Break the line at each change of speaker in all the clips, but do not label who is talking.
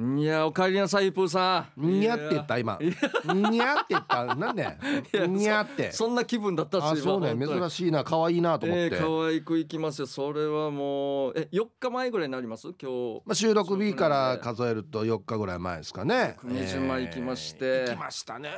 いやお帰りなさいイプーさん
にゃって言った今
い
にゃって言ったなんで
や
にゃって
そんな気分だった
あそうね珍
しい
しいな可愛いなと思って、
可愛くいきますよそれはもうえ4日前ぐらいになります今日
まあ、収録日から数えると4日ぐらい前ですかね
久米島行きまして
行きましたね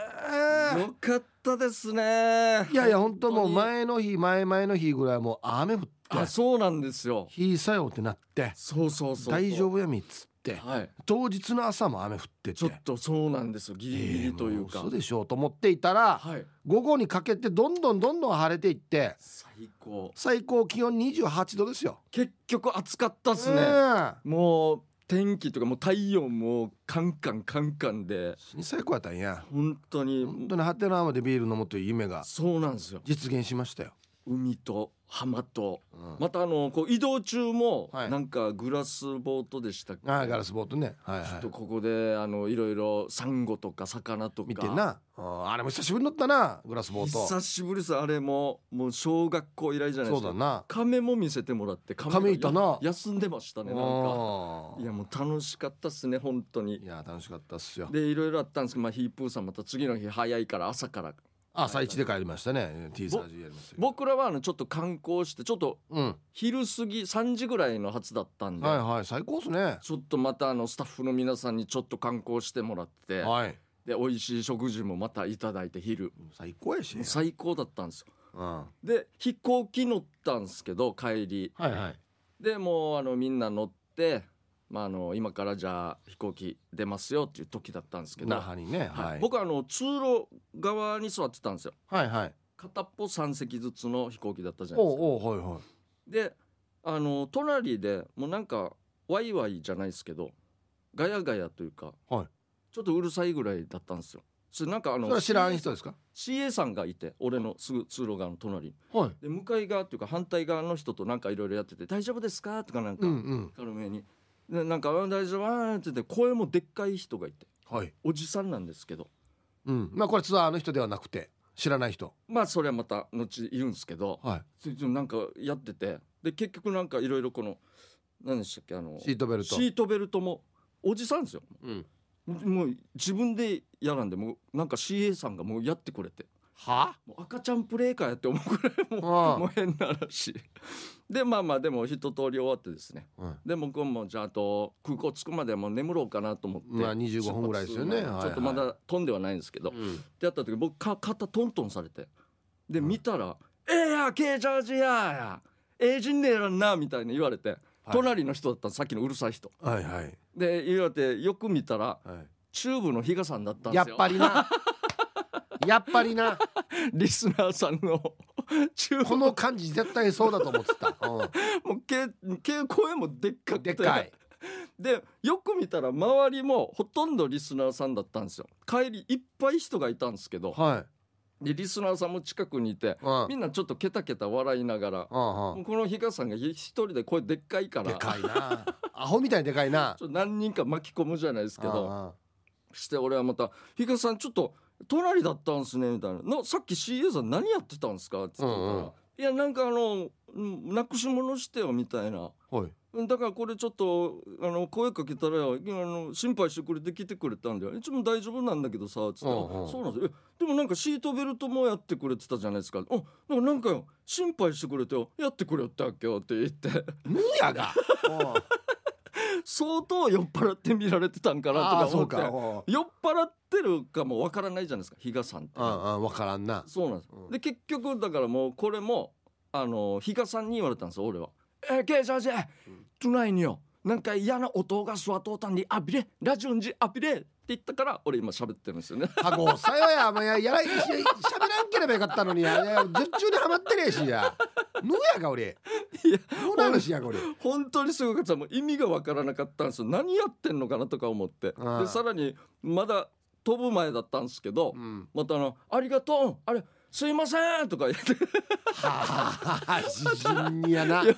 よかったですね
いやいや本当もう
本当に
前の日前々の日ぐらいもう雨降って
あそうなんですよ
日さよってなって
そうそうそう
大丈夫やみっつって
はい
当日の朝も雨降ってて
ちょっとそうなんですよギリギ
え
リ
ー
というか
もう嘘でしょうと思っていたら
はい
午後にかけてどんどんどんどん晴れていって
最高
最高気温28度ですよ。
結局暑かったっすね
うん
もう天気とかもう体温もカンカンカンカンで
死に最高やったんや
本当に
本当にハテナまでビール飲むという夢が
そうなんですよ
実現しましたよ、
海と浜と
うん
またあのこう移動中も
はい
なんかグラスボートでしたっけ
ああガラスボートねはい、
ちょっ
は
とここであのいろいろサンゴとか魚と
い、
か
見てなうんあれも久しぶりに乗ったなグラスボート
久しぶりですあれももう小学校以来じゃないで
そう
すか
だな
亀も見せてもらって亀が
亀いたな
や休んでましたねなんか
うん
いやもう楽しかったっすね本当
い
に
や楽しかったっすよ
でいろいろあったんですけど、まあ、ヒープーさんまた次の日早いから朝から
朝一で帰りましたね T サージやりましたけど
僕らはあのちょっと観光してちょっと
うん
昼過ぎ3時ぐらいの発だったんで、
はいはい最高っすね
ちょっとまたあのスタッフの皆さんにちょっと観光してもらって、
はい
で美味しい食事もまたいただいて昼
最高やし
もう最高だったんですよ
うんは
で飛行機乗ったんですけど帰り
いはい
でもうあのみんな乗って、まあ、あの今からじゃあ飛行機出ますよっていう時だったんですけど、
那覇にね
はい
はい
僕はあの通路側に座ってたんですよ
はいはい
片っぽ3席ずつの飛行機だったじゃないですか
おうおうはいはい
であの隣でもうなんかワイワイじゃないですけどガヤガヤというか、
はい
ちょっとうるさいぐらいだったんですよそれなんかあ
そ
の
れは知らん人ですか
CA さんがいて俺のすぐ通路側の隣に
はい
で向かい側っていうか反対側の人となんかいろいろやってて「大丈夫ですか?」とかなんか、
うんうん
軽めにでなんかあ「大丈夫?あー」って言って声もでっかい人がいて
はい
おじさんなんですけど
うんまあこれツアーの人ではなくて知らない人
まあそれはまた後言うんですけど
は
それでなんかやっててで結局なんかいろいろこの何でしたっけあの
シートベルト
シートベルトもおじさんですよ
うん
もう自分でやらんでもうなんか CA さんがもうやってくれて
は
もう赤ちゃんプレイかやって思うくらいもうもう変な話でまあまあでも一通り終わってですね
うん
で僕もじゃああと空港着くまでもう眠ろうかなと思って
まあ25分ぐらいですよね
出発
はい
ちょっとまだ飛んではないんですけど
うん
ってやった時僕か肩トントンされてで
うん
見たら「ええやケージャージややええ人ねえらんな」みたいに言われて、隣の人だったのさっきのうるさい人
はいはい
で言われてよく見たら
は
チューブの比嘉さんだったん
い
で
やっ
すよ
ぱりなやっぱりな
リスナーさんのチュー
こ
ブ
の感じ絶対そうだと思ってた、う
もうけけ声もでっかく
ん、
て
でかい
でよく見たら周りもほとんどリスナーさんだったんですよ帰りいっぱい人がいたんですけど
はい
でリスナーさんも近くにいて
うん
みんなちょっとケタケタ笑いながら
うんうん
この比嘉さんが一人で声でっかいから
でかいなアホみたいにでかいな
ちょっと何人か巻き込むじゃないですけ
う
ど
んうん
して俺はまた「比嘉さんちょっと隣だったんすね」みたいな「のさっき CA さん何やってたんですか?」って言ったら「
うんうん
いやなんかあのうんなくし物してよ」みたいな。
はい
うんだからこれちょっとあの声かけたらよいやあの心配してくれて来てくれたんだよいつも大丈夫なんだけどさ」っつったら
うんうん
そうなんですよえでもなんかシートベルトもやってくれてたじゃないですか「あなんかよ心配してくれてよやってくれよったっけよ」って言って
無やがうん
相当酔っ払って見られてたんか
あ
な
あそ
と
う
か
か
思って
うん
酔っ払ってるかもわからないじゃないですか比嘉さんって
うん分からんな
そうなんです
うん
で結局だからもうこれもあの比嘉さんに言われたんですよ俺は「えー、ケイジャージェトゥナイによなんか嫌な音が座っとうたんに浴びれラジオンジ浴びれ」って言ったから俺今喋ってるんですよ ね
ハゴさよやもうややらししゃべらんければよかったのにやいや十中にはまってねえしや無やが俺
いや
無なるしやが俺
本当にすごかったもう意味がわからなかったんですよ何やってんのかなとか思って
うん
でさらにまだ飛ぶ前だったんですけど、
うん
またあの「ありがとうあれすいません」とか言って
はあ自信にやな
よ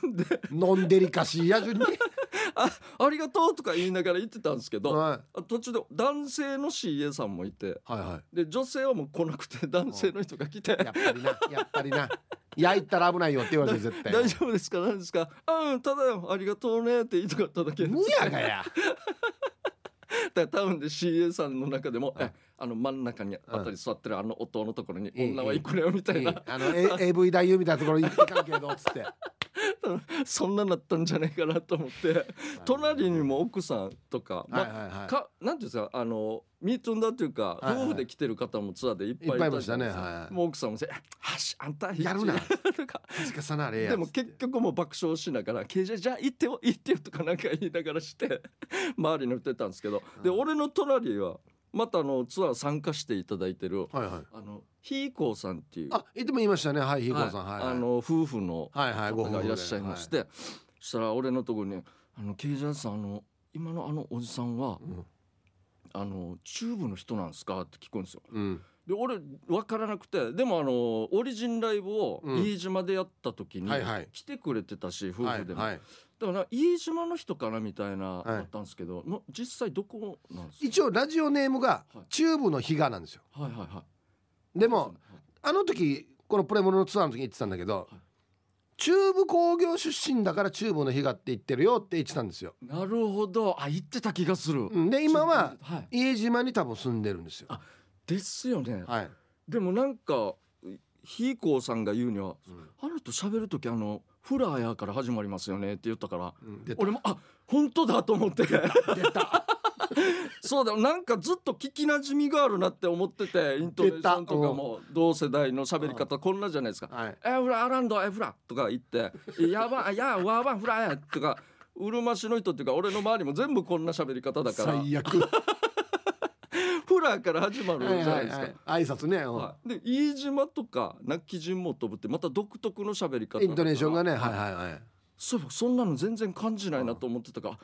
呼んで
ノンデリカシーや順に
「あありがとう」とか言いながら言ってたんですけど
は
途中で男性の CA さんもいて
いはい
で女性はもう来なくて男性の人が来て
やっぱりな、やっぱりな。焼いたら危ないよって言われて絶
「大
対。
丈夫 ですか何ですかあうんただよありがとうね」って言いたかっただけ
無やがや。
から多分で CA さんの中でも、
うん
えあの真ん中にあたり座ってるあの音のところに
うん
女はいくらよみたいな、
あの、A、AV 男優みたいなところ行ってかんけどっつって
そんななったんじゃないかなと思って隣にも奥さんとか、ま
はいはいはい
かなんていうんですかあのミートンだというか、
はいはい
夫婦で来てる方もツアーでいっぱい
いっぱいいました
じゃないで
ね
すか
はいはい
もう奥さんもせ「はしあんた
やるな
とか
恥かさなあれや
でも結局もう爆笑しながら「けじゃじゃあ行ってよ行ってよ」とかなんか言いながらして 周りに乗ってたんですけど、で
うん
俺の隣はまたあのツアー参加していただいてる
はいはい
あのひいこうさんっていう
あいつも言いましたねはいひいこさんはい
あ
はい
の夫婦の
はいはいご
方
夫婦
が
で
いらっしゃいまして、そしたら俺のとこに「あのケイジャーさんあの今のあのおじさんは
はいうん
あのチューブの人なんですか?」って聞くんですよ。
うん
で俺分からなくてでもあのオリジンライブを
うん
飯島でやった時に
はいはい
来てくれてたし、夫
は
婦
い
でも、
はい
だから飯島の人かなみたいな、
い
あったんですけどの実際どこなんですか
一応ラジオネームが
はい
チューブの比嘉なんですよ
はいはいは
で
い
もあの時このプレモルのツアーの時に言ってたんだけ
は
ど
い
チューブ工業出身だからチューブの比嘉って言ってるよって言ってたんですよ
なるほどあ言ってた気がする、
うんで今は
はい
家島に多分住んでるんですよ
あですよね、
はい
でもなんかひいこうさんが言うには「あの人喋る時あのフラーやから始まりますよね」って言ったから
うん出た
俺もあ本当だと思って
出た
そうだなんかずっと聞きなじみがあるなって思っててイントネーションとかも同世代の喋り方こんなじゃないですか
はい
えフラアランドえフラとか言って「やばいやわばフラや」とかうるま市の人っていうか俺の周りも全部こんな喋り方だから
最悪は
フラから始まる
い
じゃ
は
ない
い
です
は
か
い。挨拶ねうん
はい、で飯島とか亡き人も飛ぶってまた独特の喋り方だから
イントネーションがねはいはいはい
そういえばそんなの全然感じないなと思ってたから、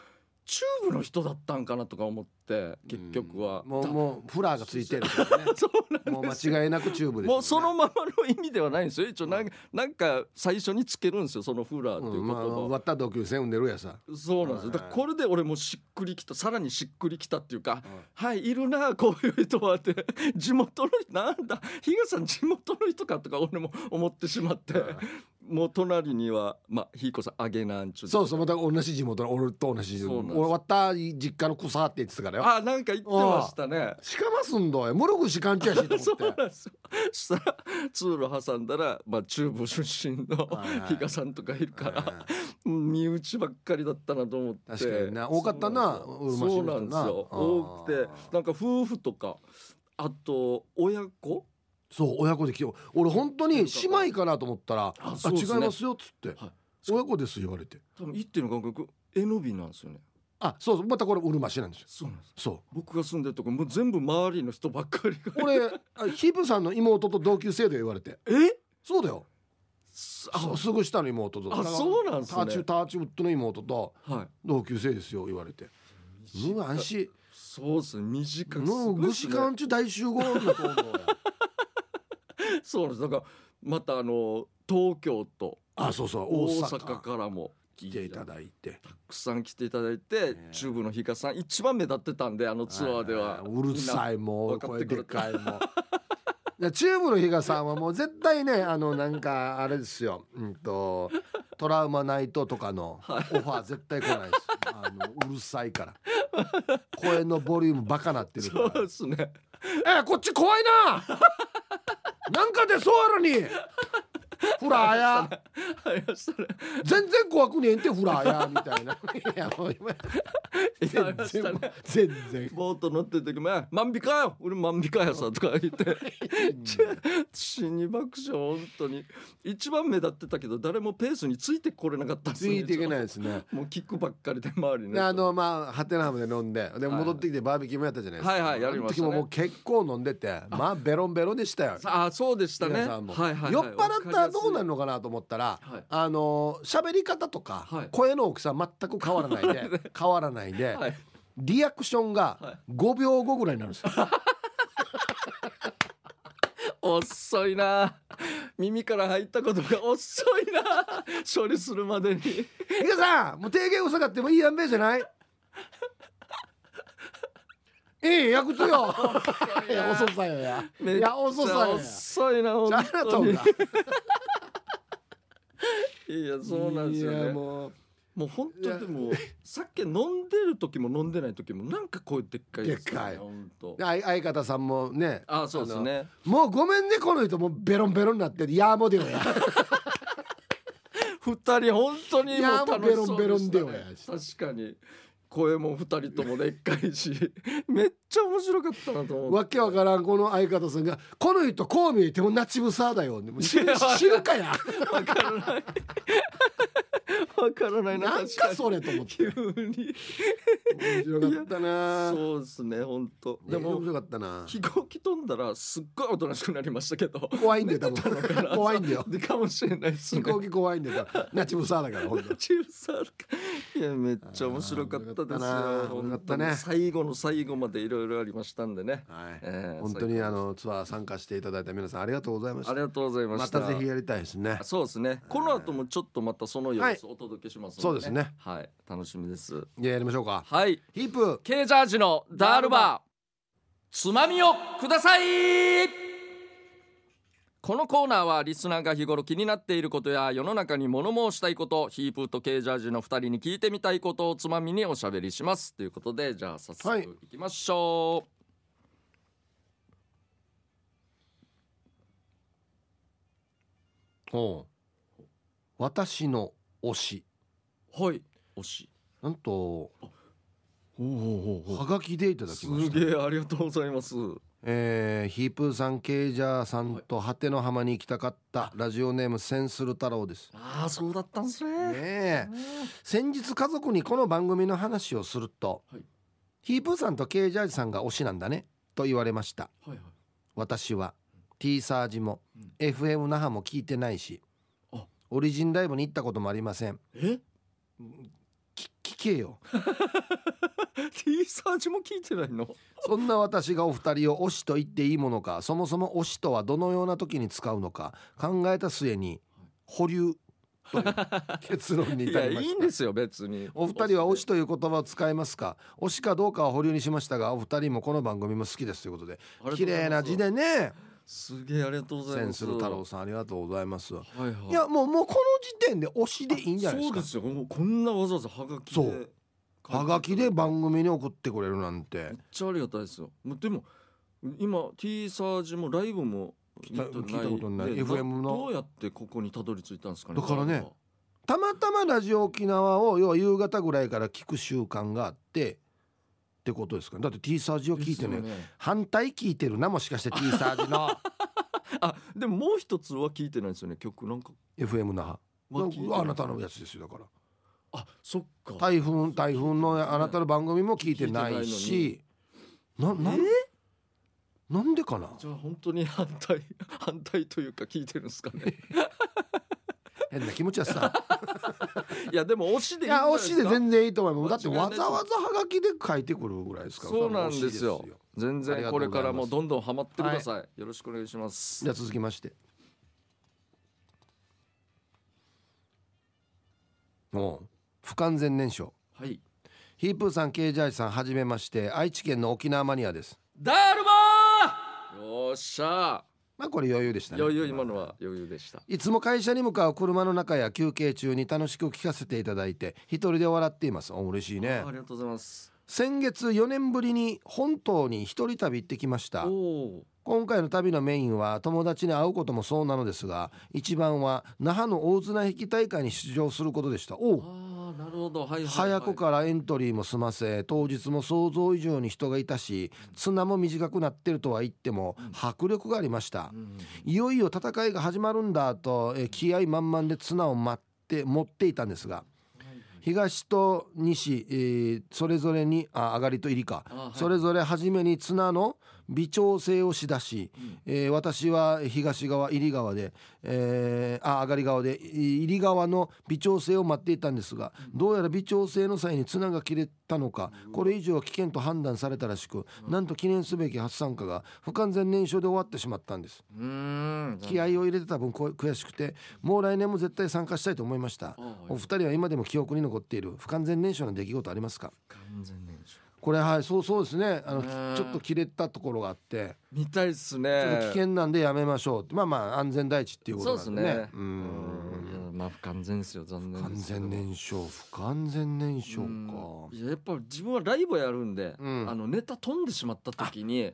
チューブの人だったんかなとか思って結局は、
うんもう
だ
もうフラーがついてるからね
そうなん
もう間違いなくチューブですよね
もうそのままの意味ではないんですよ一応なんかなんか最初につけるんですよそのフラーっていううん言
ま
葉
あ
を、
割った同級生産んでるやさ
そうなんですよだからこれで俺もしっくりきたさらにしっくりきたっていうかはいいるなこういう人はって 地元の人なんだ比嘉さん地元の人かとか俺も思ってしまってもう隣にはまあひいこさんあげなんちゅ
そうそうまた同じ地元の俺と同じ地
そうなん
元
です
俺割った実家の子さって言ってたからよ
あなんか言ってましたね
しかますんどいもろくしかんちやしと
そう
思
な
っ
ん
て
ですよそしたら通路挟んだら、まあ、中部出身の
はいはい
比嘉さんとかいるから、
うん
身内ばっかりだったなと思って
確かにな多かったな
そう
うるま市
そう
の人な
なんですよ
あー
多くてなんか夫婦とかあと親子
そう親子で来て俺本当に姉妹かなと思ったら「
あ
あ
そうですね
違いますよ」っつって
はい
「親子です」言われて
多分1.5感覚エノビなんですよね
あそうそうまたこれうるま市なんですよ
そうなんです
そ
僕が住んでるとこもう全部周りの人ばっかりが
う俺あヒブさんの妹と同級生で言われて
え
そうだよ
す
そ
あ
うすぐ下の妹と
あそうなんすね
ターチターチウッドの妹と
はい
同級生ですよ言われてうわ安心
そうですね短く
もうぐ
す
し
ごいっすね
かんちゅ大集合 だと思うよ
そうなんですだからまたあの東京と
あそうそう
大
大
阪
阪
からも
来ていた
た
だいて
くさん来ていただいて
え
中部の比嘉さん一番目立ってたんであのツアーでは
うる
い
さいも
分
う
かっ
声
てく
で
れ
ったかいもうチューブの比嘉さんはもう絶対ねあのなんかあれですよ、うん、とトラウマナイトとかのオファー絶対来ないですあのうるさいから声のボリュームバカなってるか
そう
ら
ですね
えこっち怖いな なんか出そうある にフラーや
ありましたね
全然怖くねえんてフラーやみた いないやもう今
ありました
全然
ね
全然
ボート乗ってる時もえ「万引かよ俺万引かやさ」とか言って 死に爆笑本当に一番目立ってたけど誰もペースについてこれなかったんです
つ
よ
いていけないですね
もうキックばっかりで周り
で
ね
あのまあハテナハムで飲んでで
はい
戻ってきてバーベキューもやったじゃないですか
はいはいやりましたね
あの時ももう結構飲んでてまあベロンベロンでしたよ
ああそうでしたねは
皆さ
い
んも
はいはい
酔っ払ったらどうなる
の
のかなと思ったら
はい
あの喋り方と
は
か
い
声の大きさ全く変わ らないで変わらないで
はい
リアクション
は
が5秒後ぐらいになるんですよ
遅いな耳から入ったことが遅いな処理するまでに
「ヒカさんもう提言遅かってもいいやんべじゃ ない?」ええ役とよ。いや遅さよや。
めっ
い
ちゃ
や遅さよや。
遅いな
じゃ
本
あなた
当
も
に
だ
いやそうなんですよ
いや
ねも
もう
うもう本当にでも酒飲んでる時も飲んでない時もなんかこういうでっかい
でっかい
本当
で相相方さんもね
あそうですね
もうごめんねこの人もうベロンベロンになってるやーもでよや
二人本当にもう楽しそうでした、ね、
いやもうベロンベロンではや
確かに声も二人ともでっかいし めっちゃ面白かったなと思って
わけわからんこの相方さんが「この人こう見えてもナチブサーだよ」もう知
いや
知るかや
わからないわからないな
なんかそれと思って
確かに急に
面白かったなね
そうですね本当で
面
も
白かったな
飛行機飛んだらすっごいおとなしくなりましたけど
怖いんだよ多
だか
分
ら
怖いんだよ
でかもしれないです
飛
ね
行機怖いんだよ多分ナチブサーだからほんと
チューサーかいやめっちゃ面白かったです
あ
よ
ー面白かったな
本当に最後の最後までいろいろありましたんでね、
はい
えー
本当にあのツアー参加していただいた皆さんありがとうございまし
あり
た
がとうございま
ま
した
たぜひやりたいですね
そうですねこの後もちょっとまたその様子お届けしますので、
そうですね
はい楽しみです
じゃあやりましょうか
はい
ヒープ
K ジャージのダールバーつまみをくださいこのコーナーはリスナーが日頃気になっていることや世の中に物申したいことヒープーと K ジャージの2人に聞いてみたいことをつまみにおしゃべりしますということでじゃあ早
はい
速いきましょ
おう私の推し
うはい、推し
なんと
おお
はがきでいただき
す
ました
げえありがとうございます
えーヒープーさんケイジャーさんと果ての浜に行きたかったラジオネームセンスル太郎です
ああそうだったんす
ね
ね
え先日家族にこの番組の話をすると、
はい
ヒープーさんとケイジャージさんが推しなんだねと言われました
はいはい
私は T サージも、
うん
FM 那覇も聞いてないし
あ
オリジンライブに行ったこともありません
え
き聞けよ
T サージも聞いてないの
そんな私がお二人を推しと言っていいものかそもそも推しとはどのような時に使うのか考えた末に保留という結論に
い
至
や
り
い
ました
いんですよ別に
お二人は推しという言葉を使いますか推しかどうかは保留にしましたがお二人もこの番組も好きですということで綺麗な字でね
すげえありがとうござ
セ
いま
ン
す
スル太郎さんありがとうございますい
はいはい
やもうもうこの時点で推しでいいんじゃないです
そう
か
ですよもうこんなわざわざはがきで
そうはがき
め
で
っ
番組に送ってくれるなんて
ちゃありがたいですよもうでも今 T サージもライブも
聞いた聞いたことない
で
FM の
どうやってここにたどり着いたんですかね
だからねたまたまラジオ沖縄を要は夕方ぐらいから聞く習慣があってってことですかねだって T サージを聞いて
で
ね
すよね
反対聞いてるなもし かして T サージの
あでももう一つは聞いてないですよね曲なんか
FM 那覇
は聞いて
あなたのやつですよだから
あそっか
台風台風のあなたの番組も聞いてないしなななんでかな
じゃあ本当に反対 反対というか聞いてるんですかね
変な気持ちはさ
いやでも推しでいいん
い
じゃ
や
な
推
です
し
か
で全然いいと思いますだっ
間違い
て
な
わ
い
ざわざはがきで書いてくるぐらいですから
そうなんですよ
それは推し
全
あり
然
がと
こ
うござ
れか
います
らもどんどんハマってください、よろしくお願いします
じゃあ続きましておう不完全燃焼
はい
ヒープーさんケイジャージさんはじめまして愛知県の沖縄マニアです
ダールバーよっしゃ
まあこれ余裕でしたね
余裕今のは余裕でした
いつも会社に向かう車の中や休憩中に楽しく聞かせていただいて一人で笑っていますお嬉しいね
ありがとうございます
先月4年ぶりに本島に一人旅行ってきました
おお
今回の旅のメインは友達に会うこともそうなのですが一番は那覇の大綱引き大会に出場することでしたおう
ああなるほどはいはい、はい、
早くからエントリーも済ませ当日も想像以上に人がいたし綱も短くなってるとは言っても迫力がありました
うん
いよいよ戦いが始まるんだと、えー気合満々で綱を待って持っていたんですが東と西、えーそれぞれにあ上がりと入りか、
あはい
それぞれ初めに綱の微調整をしだし、えー私は東側入り側で、えーあ上がり側でい入り側の微調整を待っていたんですがどうやら微調整の際に綱が切れたのかこれ以上は危険と判断されたらしくなんと記念すべき初参加が不完全燃焼で終わってしまったんです。
うーん
気合を入れてた分こ悔しくてもう来年も絶対参加したいと思いました
あはい
お二人は今でも記憶に残っている不完全燃焼の出来事ありますか
完全燃焼
これはいそうそうですねあの
ねえ
ちょっと切れたところがあって
見たいっす
ちょっと危
ね
険なんでやめましょうってまあまあ安全第一っていうこ
そ
と
う
な
です
んでね
ね
うん
うんいやまあ不完全ですよ残念
完
ですけど
全燃焼不完全燃焼
うんいややっぱ自分はライブをやるんで、
うん
あのネタ飛んでしまった時に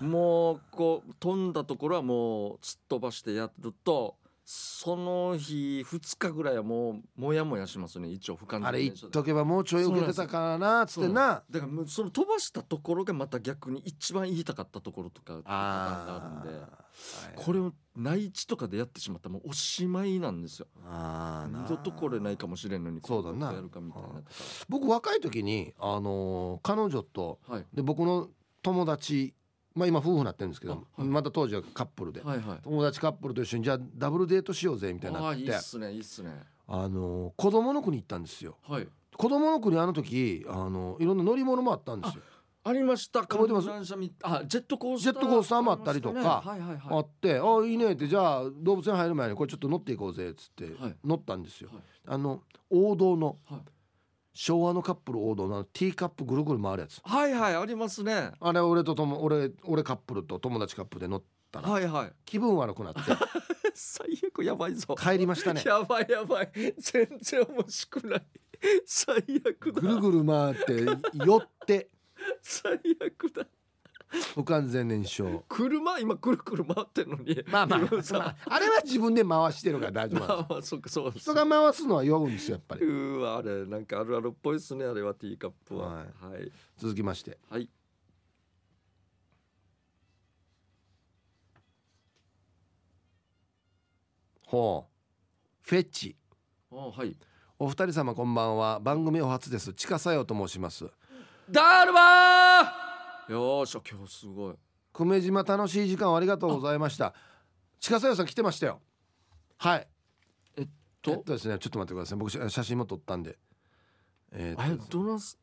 もうこう飛んだところはもうすっ飛ばしてやるとその日2日ぐらいはもうモヤモヤしますね一応不完
かあ
全
れ
燃
言っ
焼で
とけばもうちょい受けてたからなっつってな
だからもうその飛ばしたところがまた逆に一番言いたかったところとかがあるんで
ー
これを内地とかでやってしまったらもうおしまいなんですよ
あーな
二度とこれないかもしれんのに
そうだな
こやるかみたいなとか
僕若い時にあのー彼女と
はい
で僕の友達まあ今夫婦なってるんですけど、
あはい
また当時はカップルで、
はいはい
友達カップルと一緒にじゃあダブルデートしようぜみたいに
あ
な
あ
っ
ーい
て
いっすねいいっすね
あのー子供の国行ったんですよ
はい
子供の国あの時あのいろんな乗り物もあったんですよ
ありました
覚えてます
観覧車みあジェットコースター
ジェットコースターもあったりとか
りましたねはいはい
あ
はい
って「あいいね」ってじゃあ動物園入る前にこれちょっと乗っていこうぜっつって
はい
乗ったんですよ、
はい
あの王道の
はい
昭和のカップル王道のあのティーカップぐるぐる回るやつ
はいはいありますね
あれ俺ととも俺俺カップルと友達カップルで乗ったら
はい はい
気分悪くなって
最悪やばいぞ
帰りましたね
やばいやばい全然面白くない最悪
ぐ
だ
るぐる回って寄って
最悪だ
不完全燃焼
車今くるくる回ってんのに
まあ まあ、
今さ
まあ、あれは自分で回してるから大丈夫なんで
まあまあそっかそうです
す人が回すのは酔うんですよやっぱ
う
り
ーわあれなんかあるあるっぽいですねあれはティーカップは
は
はい
続きまして
はい
ほうフェチ
あはい
お二人様こんばんは番組お初ですちかさよと申します
ダルバーよーしゃ今日すごい
久米島楽しい時間をありがとうございましたちかさよさん来てましたよはい
えっ
え
と、
っとですねちょっと待ってください僕し写真も撮ったんでえーっと
あれどなす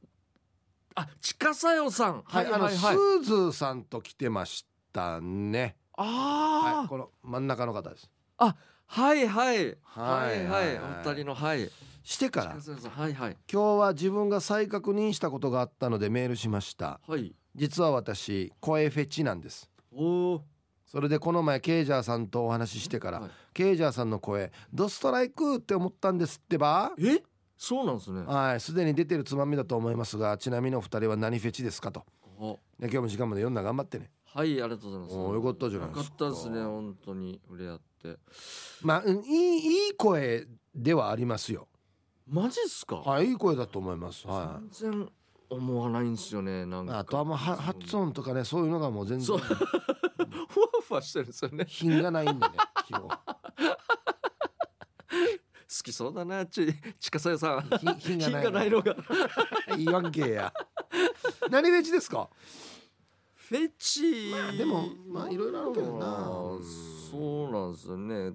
あ近さよさん
はい、あの、
はい
スーズさんと来てましたね。はい、
あー
この真ん中の方です。
はいはい
は
はいい
は
はいいお二人のはい
してから、
近さよさんはいはい
今日は自分が再確認したことがあったのでメールしました。
はい
実は私、声フェチなんです。
おお
それでこの前ケイジャーさんとお話ししてから、
はい
ケイジャーさんの声ドストライクって思ったんですってば
えそうなんですねあ
はいすでに出てるつまみだと思いますがちなみにお二人は何フェチですかとで今日も時間まで読んだ頑張ってね
はいありがとうございます
おーよかったじゃないですか
よかったですね本当に触れ合って
まあ、うんいいいい声ではありますよ
マジっすか、
はいいい声だと思いますはい
全然思わないんですよねなんか
あとはもうは発音とかねそういうのがもう全
そ
然
うふわふわしてるんですよね
品がないんでね基本
好きそうだなち近さよさん
品 品が
品
ない
がないのが
言わんけや何フェチですか
フェチ、
まあでもまあいろいろあるけどな
まあ
うん
そうなんですよね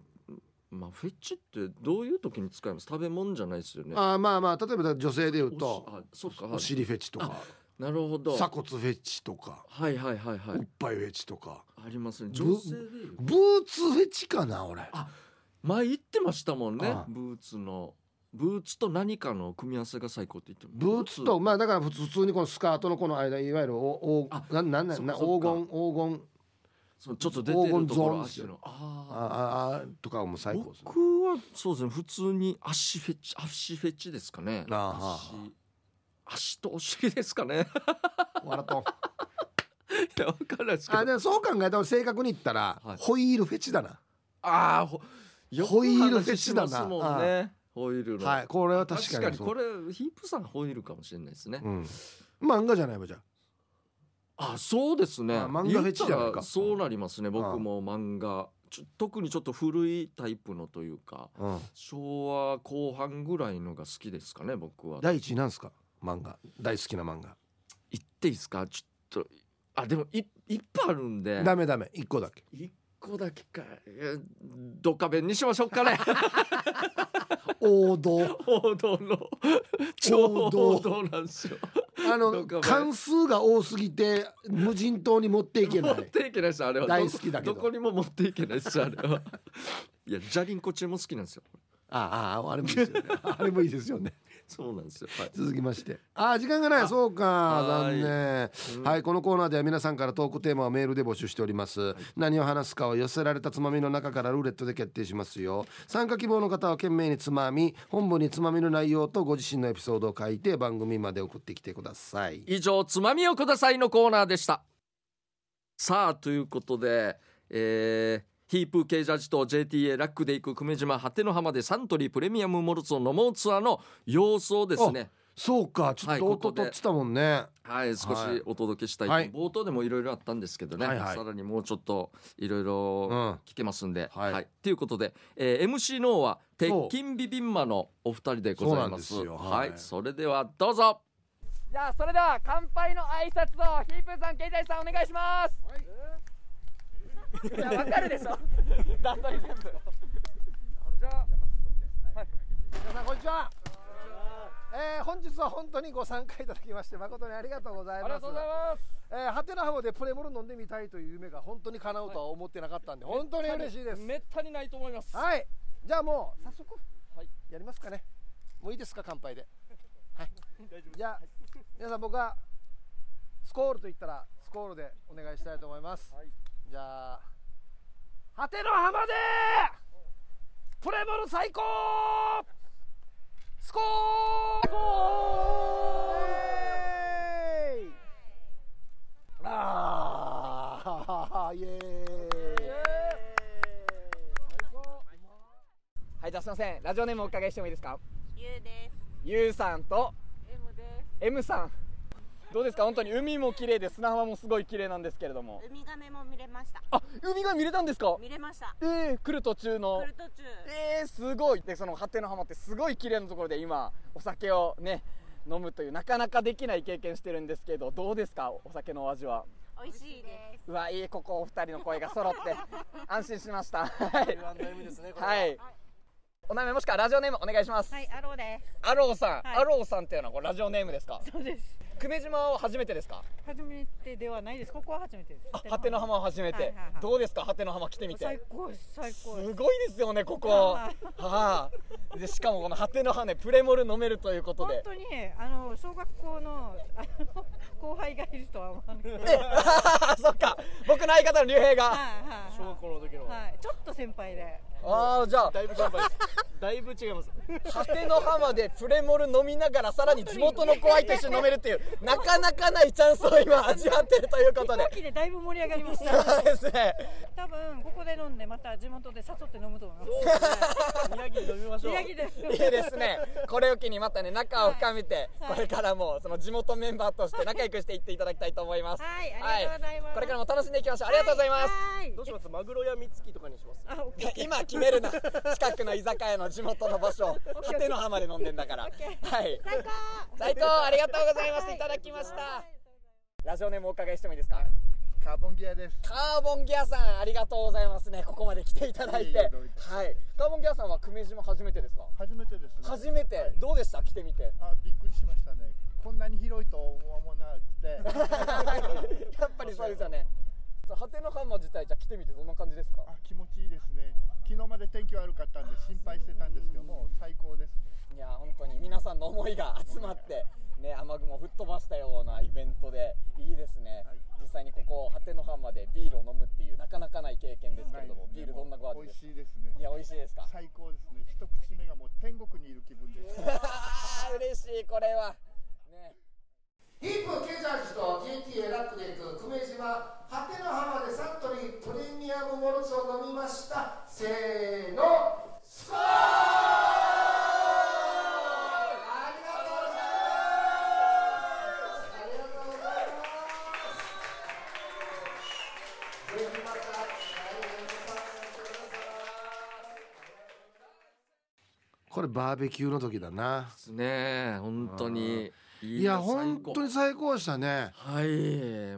まあフェチってどういう時に使います食べ物じゃないですよね
あーまあまあ例えば女性で言うと
おしあそっか
お尻フェチとか
なるほど
鎖骨フェチとか
はいはいはいは
おっ
い
ぱいフェチとか
ありますね
ぶ
女性で言う
ブーツフェチかな俺
あ前言ってましたもんね
ああ
ブーツのブーツと何かの組み合わせが最高って言っても
ブーツとまあだから普通普通にこのスカートのこの間いわゆるおお
あ
なんなんなん
そっか
な
そっ
黄
か
金黄金
そのちょっと出てるところ
黄金ゾ
足
ーンです
のあ
あーあーとかはもう
あ
最高ですね
僕はそうですね普通に足フェチ足フェチですかね
あーはあ
足足とお尻ですかね
笑っとん
いやわからないですけど
あでもそう考えたら正確に言ったら、
はい
ホイールフェチだな
ああほよく
ホイールフェチだ
話
な
しますもんねホイールの
はいこれは確
確
か
か
に
に
そう
これヒープさんホイールかもしれないですね
うん、漫画じゃないわじゃあ
あそうですね
あ漫画フェチじゃないか
言ったらそうなりますね
ああ
僕も漫画ちょ特にちょっと古いタイプのというか
うん、
昭和後半ぐらいのが好きですかね僕は
第一位なんすか漫画大好きな漫画、
言っていいですかちょっとあでもいいっぱいあるんで
ダメダメ一個だけ
一個だけかえドカベンにしましょうか ね
王道
王道の超
王道
王道なんですよ
あ
どう
の
か
関数が多すぎて無人島に持っていけ な
持っ
い
ていけないですあれは
大好きだけど
どこにも持っていけないですあれ はいやジャリンコ中も好きなんですよ
あああれもいいですよねあれもいいですよね
そうなんですよ。はい。
続きましてあー時間がないそうか
はー
残
い
念はいこのコーナーでは皆さんからトークテーマをメールで募集しております、何を話すかは寄せられたつまみの中からルーレットで決定しますよ参加希望の方は懸命につまみ本文につまみの内容とご自身のエピソードを書いて番組まで送ってきてください
以上つまみをくださいのコーナーでしたさあということでえーヒープーケイジャージと JTA ラックで行く久米島果ての浜でサントリープレミアムモルツを飲もうツアーの様子をですね
そうかちょっと
はい
音
ここで
取ってたもんね
はい少しお届けしたい、
はい
冒頭でもいろいろあったんですけどね、
はいはい
さらにもうちょっといろいうろ
ん
聞けますんで、
はい
ということで、えー MC の方は鉄
そう
筋ビビンマのお二人でございます
そうなんですよ
は
はい
い、それではどうぞ
じゃあそれでは乾杯の挨拶をヒープーさん、ケイタイさんお願いします。いやわかるでしょ。 段取り全部。じゃあ
皆さんこんにちは。えー、本日は本当にご参加いただきまして誠にありがとうござい
あり
ま
が
す
とうござい。ます。
えー、ハテナハムでプレモル飲んでみたいという夢が本当に叶うとは思ってなかったんで、本当に嬉しいです。
めったにないと思います。
はい。じゃあもう早速
はい
やりますかね。もういいですか乾杯 で。はい。じゃあ皆さん僕はスコールと言ったらスコールでお願いしたいと思います。じゃあ果ての浜でプレモル最高スコールイエーイあーイエーイ
はい、じゃあすいません。ラジオネームお伺いしてもいいですか。
ゆうです。
ゆうさんと
M で
M さん。どうですか本当に海も綺麗で砂浜もすごい綺麗なんですけれども
す。ウミガメも見れました。
あ海が見れたんですか
見れました。
えー、来る途中の
来る途中。
えー、すごいでその果ての浜ってすごい綺麗なところで今お酒をね飲むというなかなかできない経験してるんですけどどうですかお酒のお味は
美味しいで
うわいいここお二人の声が揃って 安心しましたはい
ですね
はいお名前もしくはラジオネームお願いします、
す。はい、アローで
アローさん、
はい
アローさんっていうのはこれラジオネームですか
す。そうです。
久米島は初めてですか
初めてではないです。ここは初めてです。
あ果ての浜は初めて、
はいはいはい
どうですか果ての浜来てみて
最高です。最
す
高です。
ごいですよねここ
は
はい、でしかもこの果ての羽ねプレモル飲めるということ
本
で
当にあの小学校のあの後輩がいるとは思わなくて。
あ そっか僕の相方の竜兵が、
はいはい。小学校の時の。はい。ちょっと先輩で。
ああじゃあ
いぶ乾杯です。だいぶ違います。
果ての浜でプレモル飲みながらさらに地元の後輩と一緒に飲めるっていうなかなかないチャンスを今味わってるというこ
飛
とで
行機でだいぶ盛り上がりました。
そうですね
多分ここで飲んでまた地元で誘って飲むと思います。
宮城で飲みましょう。
宮城で。
いいですねこれを機にまたね仲を深めて、
はい
これからもその地元メンバーとして仲良くしていっていただきたいと思います
はいありがとうございます
これからも楽しんでいきましょうありがとうございます、
はい
どうしますマグロやミツキとかにします。
あ、オッケ ー。
今決めるな近くの居酒屋の地元の場所果ての浜で飲んでんだからはい
最高。
斉藤ありがとうございます
はい
いただきましたラジオネームお伺いしてもいいですか
カーボンギアです
カーボンギアさんありがとうございますねここまで来ていただい
い
て
えいえどうい
はいカーボンギアさんは久米島初めてですか
初めてですね
初めてどうでした来てみ て
あびっくりしましたねこんなに広いと思わもなく て
やっぱりそうですよねさあ果ての浜自体じゃあ来てみてどんな感じですか
あ気持ちいいですね昨日まで天気悪かったんで心配してたんですけどもう最高です
いや本当に皆さんの思いが集まって、ね、雨雲を吹っ飛ばしたようなイベントでいいですね、実際にここ果ての浜でビールを飲むっていうなかなかない経験ですけれども、ビールどんなご味
美
で
味
す
しいですね
いや美味しいですか
最高ですね一口目がもう天国にいる気分です
あー嬉しいこれは、ね、
ヒープケジャージと JTA ラックで行く久米島果ての浜でサントリープレミアムモルツを飲みましたせーのスコールありがとうございますありがとうございますぜひまた来年も参加してくださいこれバーベキューの時だな
ですね本当にい
いや本当に最高でしたね
はい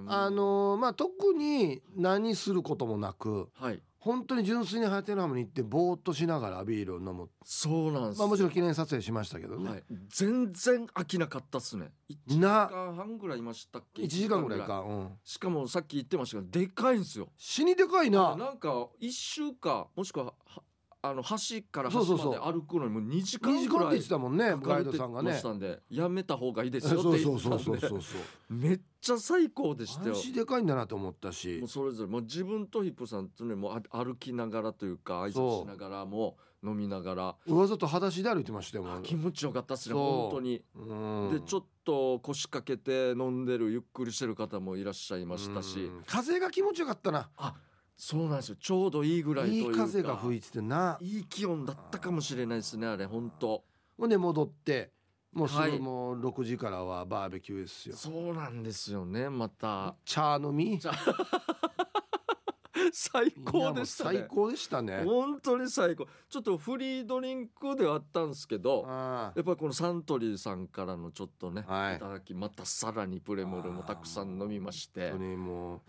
あのーまあ特に何することもなく
はい
本当に純粋にハテナハムに行ってぼーっとしながらビールを飲む
そうなんです
まあもちろん記念撮影しましたけどね、
はい、全然飽きなかったっすね1時
な
間半ぐらいいましたっけ
1時間ぐらいか、うん、
しかもさっき言ってましたけどでかいんですよ
死にでかいな
なんか1週かもしくははあの端から
そう
端
そうそう
まで歩くのにもう2時間
2時間
ぐ
って
ら
言
い
ってたもんね
かか
ガイ
るっ
ド
て
さんが
言っ
ね
てたんでやめた方がいいです
そう
よっ
そ
て
う
言
そ
っ
う
て
そ
たん
うそう
で
そう
めっちゃ最高でしたよ
話でかいんだなと思ったし
もうそれぞれもう自分とヒップさんとねもうあ歩きながらというか挨拶
そう
しながらもう飲みながら
わざと裸足で歩いてましたよも
あ
う
気持ちよかったっすね
そう
本当に、
うん
でちょっと腰掛けて飲んでるゆっくりしてる方もいらっしゃいましたし、
うん風が気持ちよかったな
そうなんですよちょうどいいぐらいと
い
いう
い
か
風が吹い
て
ててない
い気温だったかもしれないですねあれ本当
ほんで戻ってもうす
はい
ぐもう6時からはバーベキューですよ
そうなんですよねまた
茶飲み
茶最高でした
い
ね
やもう最高でしたね
本当に最高ちょっとフリードリンクではあったんですけど
あ
やっぱりこのサントリーさんからのちょっとね、
はい
い、ただきまたさらにプレモルもたくさん飲みまして
あ本当にも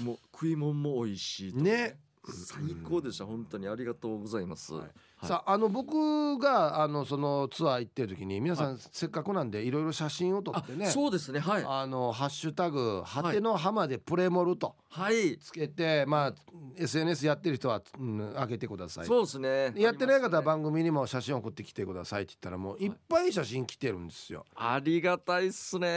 う
もう食い物も美味しいと
ね
最高でした、本当にありがとうございます、
はい
はい
さああの僕があのそのツアー行ってる時に皆さんせっかくなんでいろいろ写真を撮
あ
ってね
そうですねはい
あのハッシュタグ果ての浜でプレモルと
はい
つけてまあ SNS やってる人はうん上げてください
そうですね
やってない
あり
方は
ますね
番組にも写真送ってきてくださいって言ったらもういっぱい写真来てるんですよ
ありがたいっすね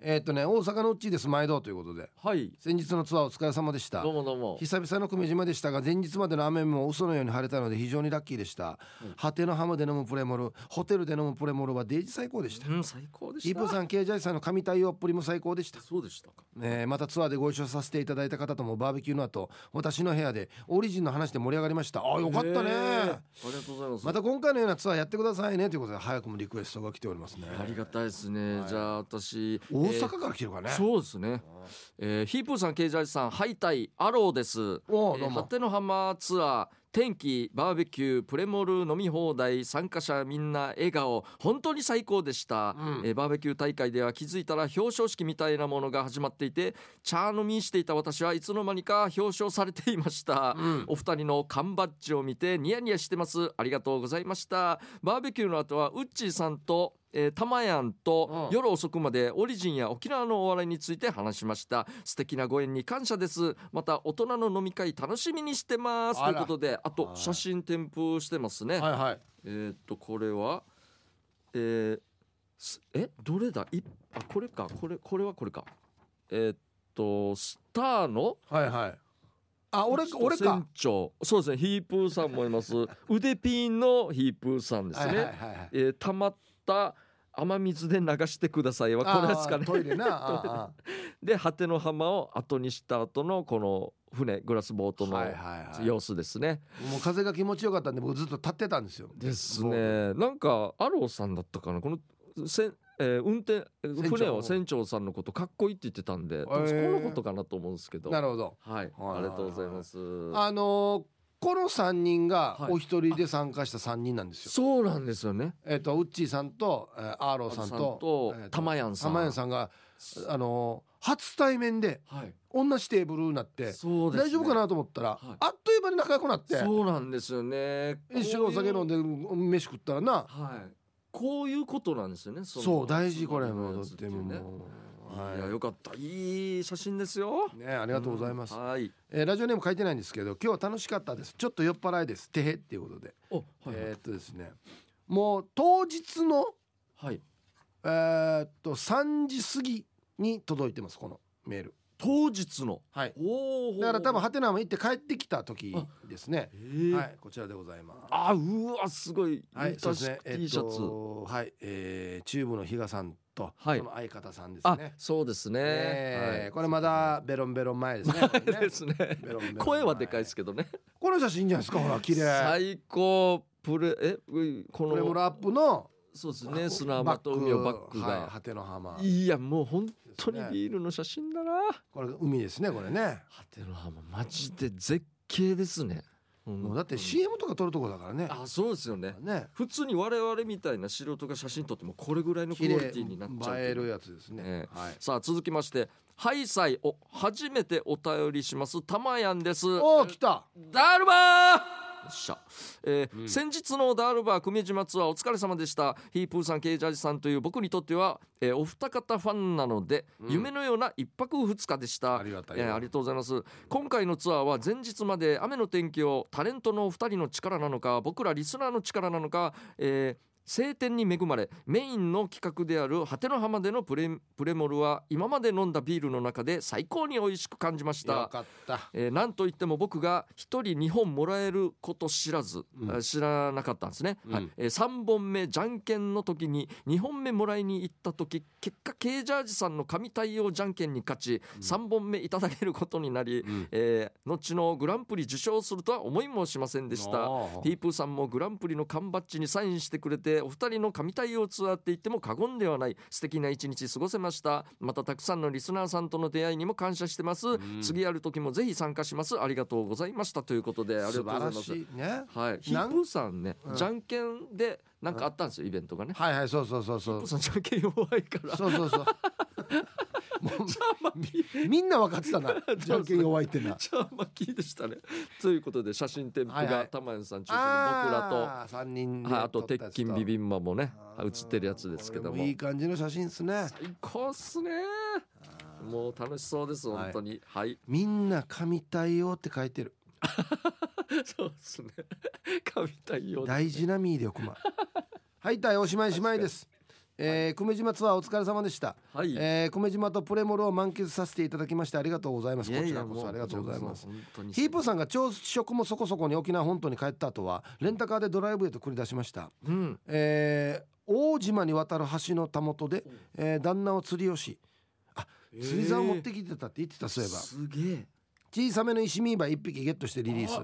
えーっとね大阪のうっちーです毎度ということで
はい
先日のツアーお疲れ様でした
どうもどうも
久々の久米島でしたが前日までの雨も嘘のように晴れたので非常にラッキーでした、果ての浜で飲むプレモルホテルで飲むプレモルはデージ最高でした
うん最高で
イ
し
ブ
た
さんケイジャイさんの神対応っぷりも最高でした、
そうでしたか
えーまたツアーでご一緒させていただいた方ともバーベキューの後私の部屋でオリジンの話で盛り上がりましたあよかった
へー
ね
ありがとうございます
また今回のようなツアーやってくださいねということで早くもリクエストが来ておりますね
ありがたいですね、じゃあ私
大
えー
阪から来てるからね、
そうですね。えーヒープーさん、ケイジャージさん、ハイタイ、アローです。
おお
え
どう
ー
も
果ての浜ツアー、天気、バーベキュー、プレモル飲み放題、参加者みんな笑顔、本当に最高でした、えーバーベキュー大会では気づいたら表彰式みたいなものが始まっていて、茶飲みしていた私はいつの間にか表彰されていました。お二人の缶バッジを見てニヤニヤしてます。ありがとうございました。バーベキューの後は、ウッチーさんと、えー、たまやんと
うん
夜遅くまでオリジンや沖縄のお笑いについて話しました素敵なご縁に感謝ですまた大人の飲み会楽しみにしてますと
あ
い
ら
うことであと
はい
写真添付してますね、
はいはい
えーっとこれはえーすえどれだいあこれかこれこれはこれかえーっとスターの
はいはいあ俺か俺か
船長そうですねヒープーさんもいます 腕ピンのヒープーさんですね、
はいはいはいはい
えー溜まった雨水で流してくださいはこれですか
あー
ね
トイレなあーあ
で果ての浜を後にした後のこの船グラスボート
ー
の
はいはいはい
様子ですね、
もう風が気持ちよかったんで僕ずっと立ってたんですよ。
ですねなんかアローさんだったかなこのせん、えー運転えー
船長
船を船長さんのことかっこいいって言ってたんで、多分
へー
このことかなと思うんですけど
なるほど。
はい、
はい
ありがとうございます
あのーこの3人が
はい
お一人で参加した3人なんですよ。
そうなんですよね
えっ、とウッチーさんと、えー、アーローさん
アーローさんと
と
タマヤンさん
玉さんがあのー初対面で
はい
同じテーブルになって、
そうですね
大丈夫かなと思ったら、
はい
あっという間に仲良くなって
そうなんですよね
一緒にお酒飲ん
で
で飯食ったらな
はいこういうことなんですよね
そ
そうの
大事これ
つまみの
もう
や
と
つ
って
い
も
うね
もうはい
やよかったいい写真ですよ
いねありがとうございます。
うんはい
えーラジオネーム書いてないんですけど今日は楽しかったですちょっと酔っ払いですてへっていうことで、
おはい、
えーっとですねもう当日の
はい、
えーっと3時過ぎに届いてますこのメール
当日の
はい
おー
だから多分ハテナも行って帰ってきた時ですね
えー
はいこちらでございます
あうわすごい、
は
はいい、
そう
確
ですね
か
えーっ
T シャツ、
とはいえーチューブの比嘉さんとそ
はい
の相方さんです
あ
ね
そうですね、
えー
はい
これまだベロンベロン前ですねこれね
です ね
ベロンベロン前
声はでかいですけどね
この写真じゃないですかほら綺麗
最高プレえうこ
これも
の
ラップの
そうですね砂浜と海をバックが、
はい、果ての浜
い、やもう本当にビールの写真だな、
これ海ですねこれね
果ての浜マジで絶景ですね
もうだって
本
CM とか撮るとこだからね
当にあそうですよね
ね
普通に我々みたいな素人が写真撮ってもこれぐらいのクオ
綺
リ
麗
ティになっちゃうとい
映え
う
るやつですね、
ええ
はい
さあ続きまして「ハイサイ」を初めてお便りしますたまやんです
おお来た
だるまーっしゃ、えー先日のダールバー久米島ツアーお疲れ様でしたヒープーさんケイジャージさんという僕にとっては、えーお二方ファンなので、夢のような一泊二日でした
ありがたい
えーありがとうございます今回のツアーは前日まで雨の天気をタレントのお二人の力なのか僕らリスナーの力なのか、えー晴天に恵まれメインの企画である果ての浜でのプレプレモルは今まで飲んだビールの中で最高に美味しく感じました
よかった
えーなんといっても僕が1人2本もらえること知らず、あ知らなかったんですね、はいえ3本目じゃんけんの時に2本目もらいに行った時結果 K ジャージさんの神対応じゃんけんに勝ち、3本目いただけることになり、えー後のグランプリ受賞するとは思いもしませんでした
ああ
ピープーさんもグランプリの缶バッジにサインしてくれてお二人の神対応ツアーって言っても過言ではない素敵な一日過ごせましたまたたくさんのリスナーさんとの出会いにも感謝してます、次やる時もぜひ参加しますありがとうございましたということでありがと
素
うござい
晴
ま
ら
す
しいね
はい、ヒープーさんね、じゃんけんでなんかあったんですよイベントがね、
はいはいそうそうそうそ
ヒープ
う
ーさんじゃんけん弱いから
そうそうそうもうみんな分かって たなじゃんけん弱いってな
じゃあまあキーでしたねということで写真添付
はいは
が
い
玉谷さん中心に僕らと
あー三人で
はい、あと
撮っ
鉄
たやつ
筋ビビンバもね写ってるやつですけど
こ
も
れいい感じの写真ですね
最高っすねもう楽しそうです
はい
本当にはい、
みんな神対応って書いてる
そうですね 神対応
大事なミーでよくま はい対おしまいしまいですえー久米島ツアーお疲れ様でした、
はい
えー久米島とプレモルを満喫させていただきましてありがとうございます
いやいや
こちらこそありがとうございます
もう本当に
ヒープーさんが朝食もそこそこに沖縄本島に帰った後はレンタカーでドライブへと繰り出しました、
うん
えー大島に渡る橋のたもとで、えー旦那を釣りをしあ釣り竿を持ってきてたって言ってたそういえば
すげえ
小さめの石ミーバ1匹ゲットしてリリース、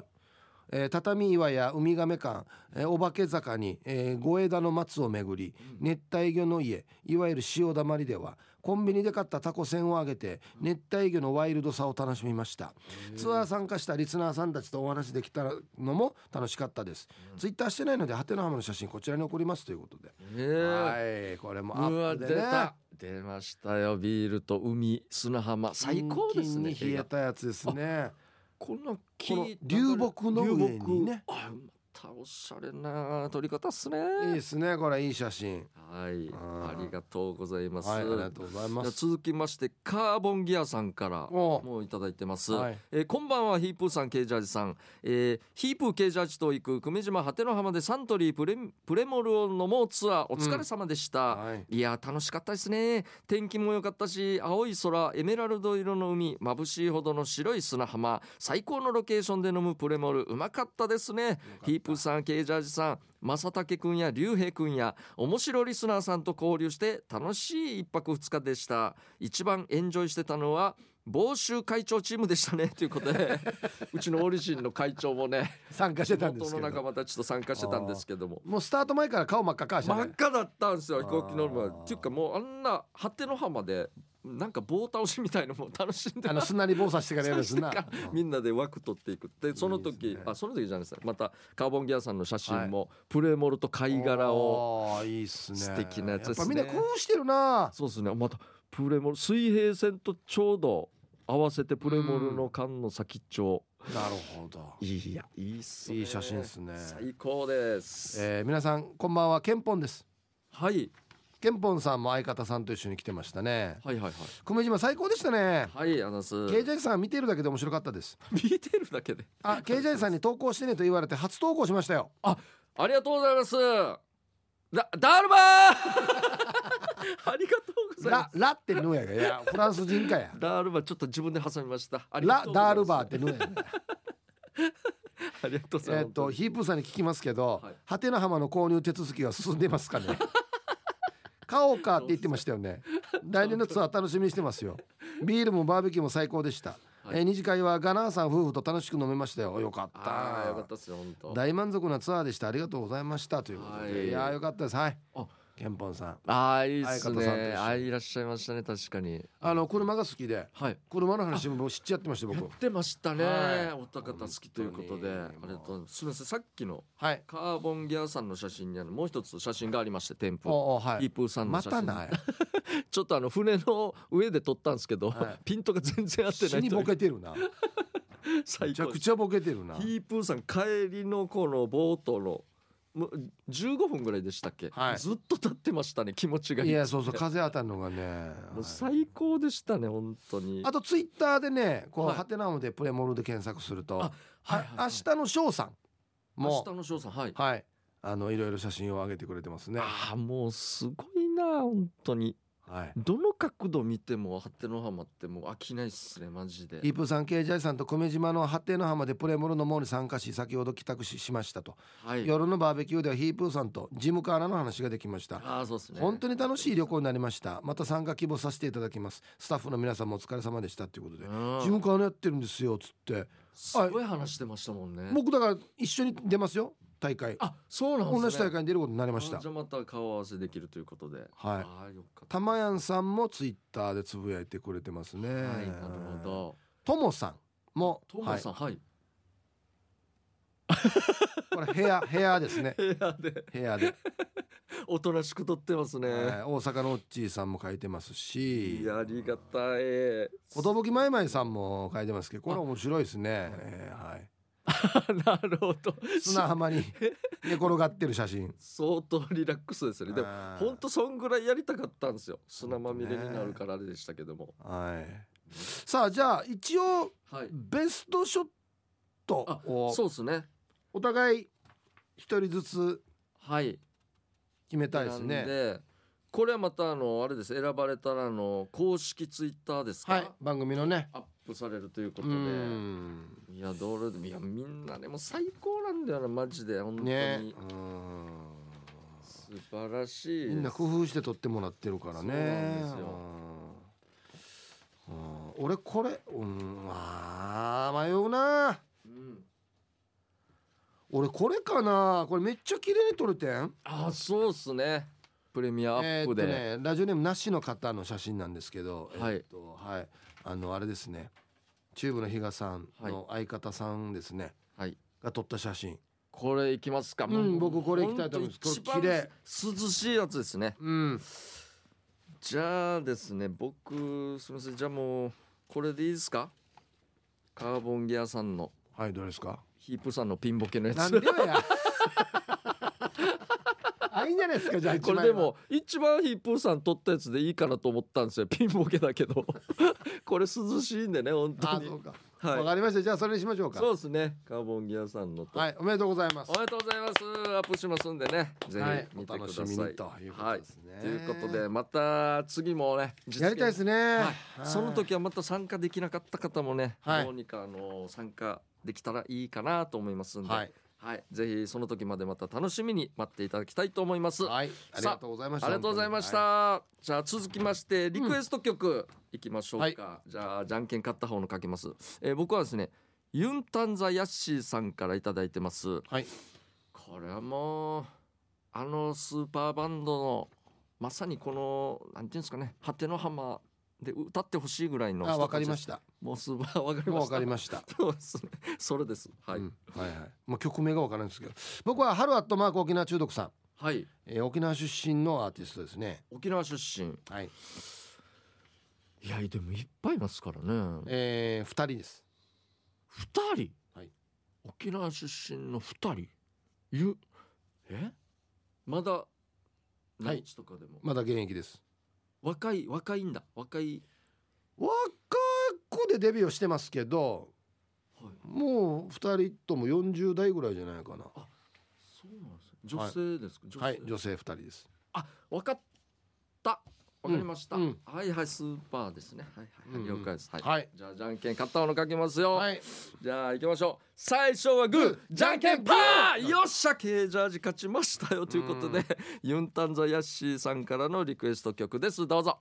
えー畳岩やウミガメ館、えーお化け坂に、えー五枝の松を巡り、熱帯魚の家いわゆる潮だまりではコンビニで買ったタコ船を揚げて熱帯魚のワイルドさを楽しみましたツアー参加したリスナーさんたちとお話できたのも楽しかったです、ツイッターしてないのでハテナハムの写真こちらに送りますということで、
ええ
はいこれもア
うわ
ップで
出
ね
た出ましたよビールと海砂浜最高ですね
キンキンに冷えたやつですね
この木
この流木の上に
流
ね
木あまたおしゃれな撮り方っすね
いいですねこれいい写真
はい
あ
あ
ー
りがとうございます、
はい、ありがとうございま
じゃあ
す。
続きましてカーボンギアさんから
おう
もういただいてます、
はい
えーこんばんはヒープーさんケイジャージさん、えーヒープーケイジャージと行く久米島果ての浜でサントリープレプレモルを飲もうツアーお疲れ様でした、
うんはい
い、やー楽しかったですね天気も良かったし青い空エメラルド色の海眩しいほどの白い砂浜最高のロケーションで飲むプレモルうまかったですねヒープーさんケイジャージさん正竹くんや竜兵くんや面白リスナーさんと交流して楽しい一泊二日でした一番エンジョイしてたのは防州会長チームでしたねということ でうちのオリジンの会長もね
参加してたんです
地
け
元の仲
ど。
間たちと参加してたんですけども
もうスタート前から顔真っ赤かし
真
た
っ
ね。
赤だったんですよ飛行機乗る前
あー
っていうかもうあんな果ての浜でなんか棒倒しみたいのも楽しんで
あの砂に棒刺してからやるやつ な。
みんなで枠取っていくでその時
いいですね
あその時じゃないですねまたカーボンギアさんの写真も、プレモルと貝殻を
あー。いいっすね。
素敵なやつですね
やっぱみんな工夫してるな。
そうですねまたプレモル水平線とちょうど合わせてプレモルの缶の先っちょ、
なるほど。
いやいいっすね
いい写真ですね
最高です、
えー、皆さんこんばんはケンポンです。
はい
ケンポンさんも相方さんと一緒に来てましたね。
はいはいはい
久米島最高でしたね。
はいアナス
ケイジャイさん見てるだけで面白かったです。
見てるだけで
あ、ケイジャイさんに投稿してねと言われて初投稿しましたよ。
あありがとうございますだダル バーありがとうございま
ラ
す
ラってぬやがいやフランス人かや。
ダールバーちょっと自分で挟みましたありが
ラ
とうございます
ダールバーってぬやがい。
ありがとうございま
え
す、
っとヒープーさんに聞きますけど、
はい
ハテナ浜の購入手続きは進んでま すかね買おうかって言ってましたよね来年のツアー楽しみにしてますよビールもバーベキューも最高でした、えー二次会はガナーさん夫婦と楽しく飲めましたよよかっ
ああよかったたっすよ本当
大満足なツアーでしたありがとうございましたということで、、
はいい
やーよかったですはい
あ
ケンポンさん
ああいいっす
相方さんと一緒に
ねあいらっしゃいましたね確かに
あの車が好きで
はい
車の話も知っちゃってました僕
やってましたね、
はい
お高方好きということであ
本当に
りがとうすみませんさっきの
はい
カーボンギアさんの写真にあのもう一つ写真がありまして店
おうお
舗
うはい
ヒープーさんの
ま
写真
たな
ちょっとあの船の上で撮ったんですけど、
はい
ピントが全然合って
死
ない
に
とい
ボ
う
ケてるな
最
めちゃ
高
くちゃボケてるな
ヒープーさん帰りのこのボートのもう15分ぐらいでしたっけ、
はい
ずっと立ってましたね気持ちがい
い
い
やそうそう風当たるのがね
もう
はい
最高でしたね本当に
あとツイッターでねこう
はい
ハテナムでプレモルで検索すると
あはいはい
あ明日の翔さん
明
も
日の翔さんはい、
はいあのいろいろ写真を上げてくれてますね
ああもうすごいな本当に
はい
どの角度見ても八手の浜ってもう飽きないっすねマジで
ヒープーさん、ケイジャイさんと久米島の八手の浜でプレモルの門に参加し、先ほど帰宅ししましたと。
はい
夜のバーベキューではヒープーさんとジムカーラの話ができました。
ああそうですね
本当に楽しい旅行になりま
し
した。また参加希望させていただきます。スタッフの皆さんもお疲れ様でしたということで。
うん
ジムカーラやってるんですよ、つって。
すごい話してましたもんね
僕だから一緒に出ますよ、大会。
あそうなんですね
同じ大会に出ることになりまし
あ
た
じゃ。あまた顔合わせできるということではい
はい。
ああよかった
まやんさんもツイッターでつぶやいてくれてますね。
たはいなるほど
ともさんも、
トモさんはい、
はい、これ 部屋、部屋ですね。
部屋で
部屋で。
おとなしく撮ってますね、
えー大阪のおっちーさんも書いてますし
いやありがた い
寿まいまいさんも書いてますけどこれ面白いですね、えーはい、
なるほど
砂 浜に寝転がってる写真
相当リラックスですよねでも
あー
ほんとそんぐらいやりたかったんですよ砂まみれになるからあれでしたけども、
はいさあじゃあ一応
はい
ベストショット
あ
を
そうですね
お互い一人ずつ
はい
決めたいです
なん
ね
でこれはまたあのあれです選ばれたらあの公式ツイッターですか、
はい番組のね
アップされるというこ
う
とで
ん
いやどれでもいやみんなでもう最高なんだよなマジで本当に、
ねうん
素晴らしい
みんな工夫して撮ってもらってるから
そう
ね。
なんですよ
うんうん俺これ、うん、あー迷うな。
うん
俺これかな。これめっちゃ綺麗に撮れてん。
あそうっすねプレミアアッ
えー
プ
っ
で、
とね、ラジオネームなしの方の写真なんですけど、
はい
えーっとはい、あのあれですね。チューブの比嘉さんの相方さんですね、
はい
が撮った写真。
これいきますか、
うん僕これいきたいと思います
ほんと
これ綺麗
一番涼しいやつですね
うん。
じゃあですね僕すみませんじゃあもうこれでいいですかカーボンギアさんの
はいどうですか。
ヒープさんのピンボケのや
なん
つ
でよや。 あいいんじゃないですかじゃあ一
こ
枚
れ
は
でも一番ヒップーさん撮ったやつでいいかなと思ったんですよピンボケだけ どこれ涼しいんでね本当
あ
に
そうか。わ、
は
かりましたじゃあそれにしましょう
い
か。
そうですねカーボンギアさんのと、
はい、おめでとうございます
お。めでとうございますアップしますんでねぜ
はい
ひ見てく
お
だ
楽し
さい、
みにということですね
はい、ということでまた次もね実現
やりたいですね。は
はい、その。時はまた参加できなかった方もね、
はい
どうにかあの参加できたらいいかなと思いますんで、
はい。
はいぜひその時までまた楽しみに待っていただきたいと思います。
はい。ありがとうございました。
ありがとうございました。
は
じゃあ続きましてリクエスト曲いきましょうか。じゃあじゃんけん勝った方のかけます。えー僕はですねユンタンザヤッシーさんからいただいてます。
はい
これはもうあのスーパーバンドのまさにこのなんていうんですかね果ての浜で歌ってほしいぐらいの。
い。あ、わかりましたた。
もうスーパーわかり
もう
ま
わ
した。
かりました。
そうですね。それです。はい、
うんはいはい。まあ曲名がわからないんですけど、僕は春アットマーク沖縄中毒さん、
はい。
えー、沖縄出身のアーティストですね。
沖縄出身。
はい。
いやでもいっぱいいますからね。
えー、二人です。
二人、
はい
沖縄出身の二人ゆえまだ
はい
内地とかでも、
まだ現役です。
若い若いんだ若い、
若くでデビューをしてますけど、
はい、
もう二人とも四十代ぐらいじゃないかな。
そうなんですね女性ですか、
はい、
女性
女性二人です。
あわかったわかりました、
うんうん
はいはいスーパーですねはいはい、はい
うんうん
了解ですはい、
はい
じゃあじゃんけん勝ったものかけますよ、
はい。
じゃあ行きましょう最初はグーじゃんけんパーよっしゃケージャージ勝ちましたよということでユンタンザヤッシーさんからのリクエスト曲ですどうぞ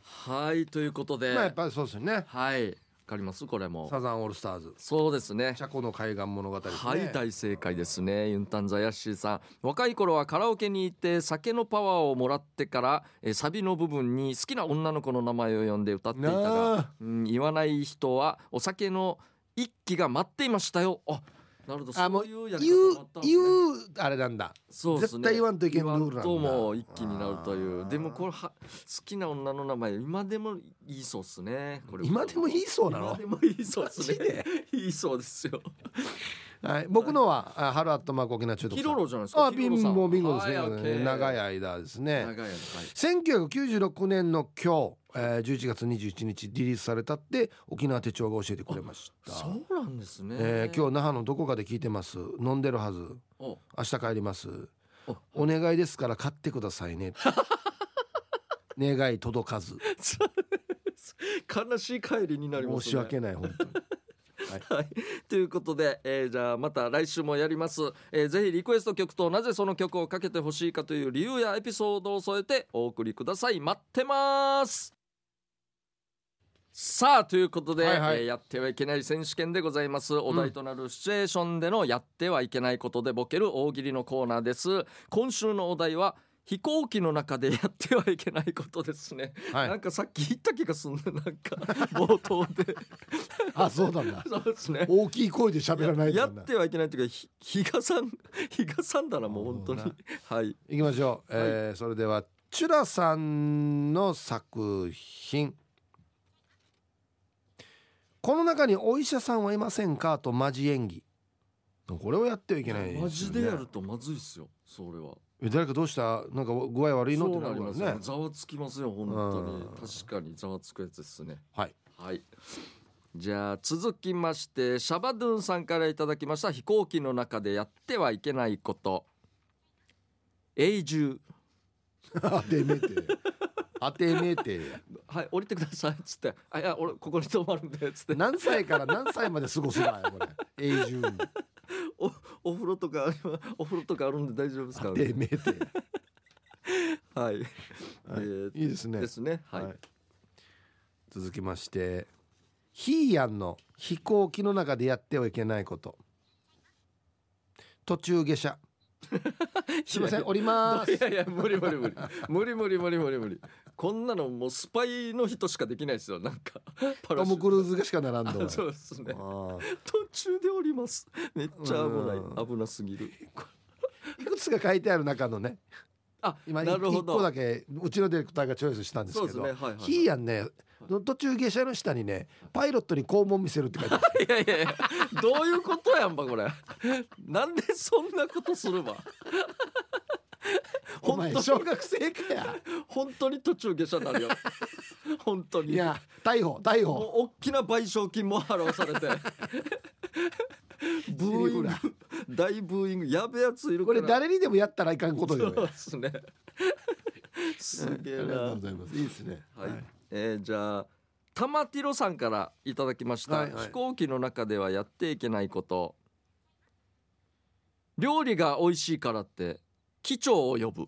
はいということで、
まあやっぱりそうですよね。
はいわかりますこれも
サザンオールスターズ。
そうですね
チャコの海岸物語ですね。
はい大正解ですねユンタンザヤッシーさん若い頃はカラオケに行って酒のパワーをもらってからえーサビの部分に好きな女の子の名前を呼んで歌っていた
な
が
あ、
うん、言わない人はお酒の一気が待っていましたよあなるほど
あも
そうういう
言う
やり
言
方もあったんですね
うあれなんだ
そうですね
絶対言わんといけんルールなんだ
言わとも一気になるとい
あ
う
ー
でもこれは好きな女の名前今でもいいそうっすねこれ
今でもいいそうなの
今でもいいそうっす
マジ
ね いいそうですよ
はい、僕のは、あハルアットマーク沖縄中毒
キ
さん
ロロじゃないですか
あビンもビンゴですね、長い
い
間です
長
ね
いはい
1996年の今日、えー、11月21日リリースされたって沖縄手帳が教えてくれました
そうなんですね
えー今日那覇のどこかで聞いてます飲んでるはず
お
明日帰ります
お
お願いですから買ってくださ いね願い届かず
悲しい帰りになりますね
申し訳ない本当に
はい、 ということで、えーじゃあまた来週もやります、えーぜひリクエスト曲となぜその曲をかけてほしいかという理由やエピソードを添えてお送りください待ってますさあということで、
はいは
え
い
ーやってはいけない選手権でございますお題となるシチュエーションでのやってはいけないことでボケる大喜利のコーナーです今週のお題は飛行機の中でやってはいけないことですね、
はい
なんかさっき言った気がすんねなんか冒頭で
あそうなんだ
そうですね
大きい声で喋らない
や
か
っ
な
てはいけないというかひ日賀さん 日賀さんだなもう本当
そ
に
う
はい
いきましょう、えーそれではチュラさんの作品この中にお医者さんはいませんかとマジ演技これをやってはいけない
マ
す
ジ
よね
でやるとまずいっすよそれは
え誰かどうしたなんか具合悪いのっ
そ
て
う
な
なり
るか
ます
ら
ね
ね
ざわつきますよ本当に
うん
確かにざわつくやつですね
はい
はいじゃあ続きましてシャバドゥンさんからいただきました飛行機の中でやってはいけないこと永住
当てめて当てめて
はい降りてくださいっつってあいや俺ここに泊まるんでっつって
何歳から何歳まで過ごすなよこ れ永住に
おお風呂とかお風呂とかあるんで大丈夫ですか
当てめて、
はい、
はい
えー
いいですね
ですねはい、
続きましてヒーヤンの飛行機の中でやってはいけないこと途中下 車すいません降ります
いやいや無理無理無理無理無理無理無理無理こんなのもうスパイの人しかできないですよなん かパ
トム・クルーズがしか並んど
あそうですね
あ
途中で降りますめっちゃ危な
う
い危なすぎる
ーいくつか書いてある中のね
あ
今
なるほ
1個
ど
だけうちのディレクターがチョイスしたんです
そうで
け
す
ど
ねはいはい、はい、
ヒーヤンね途中下車の下にねパイロットに肛門見せるって書いてある
いやいやいや どういうことやんばこれなんでそんなことするば
お前
本当
小
に
学生かや
本当に途中下車にな るよ本当に
いや逮捕逮
も
捕
う大きな賠償金も払わされ てブーイング大ブーイングやべえやついる
こ
から
れ誰にでもやったらいかんこと
そ
よ
うですねすげえ
あり
な
がとう
は
ございますいいですね
い、えーじゃあタマティロさんからいただきました、
はいはい
飛行機の中ではやっていけないこと料理が美味しいからって機長を呼ぶ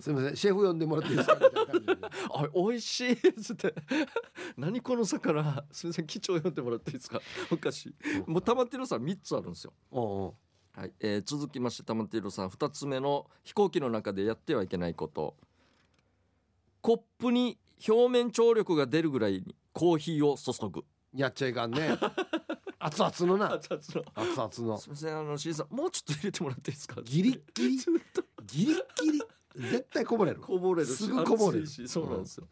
すみませんシェフ呼んでもらっていいですかみたい な感じで
あれ美味しいっつって何この魚すみません機長呼んでもらっていいですかおかしいもうタマティロさん3つあるんですよ
おうおう
はい、えー続きまして玉ティロさん2つ目の飛行機の中でやってはいけないことコップに表面張力が出るぐらいにコーヒーを注ぐ
やっちゃいかんね 熱々のな
熱々
熱々
の
の
すみませんあのしんさんもうちょっと入れてもらっていいですか
ギリッ ギリ
ずっと
ギリッギリ絶対こぼれる
こぼれるし
すぐこぼれる
熱いしそうなんですよ、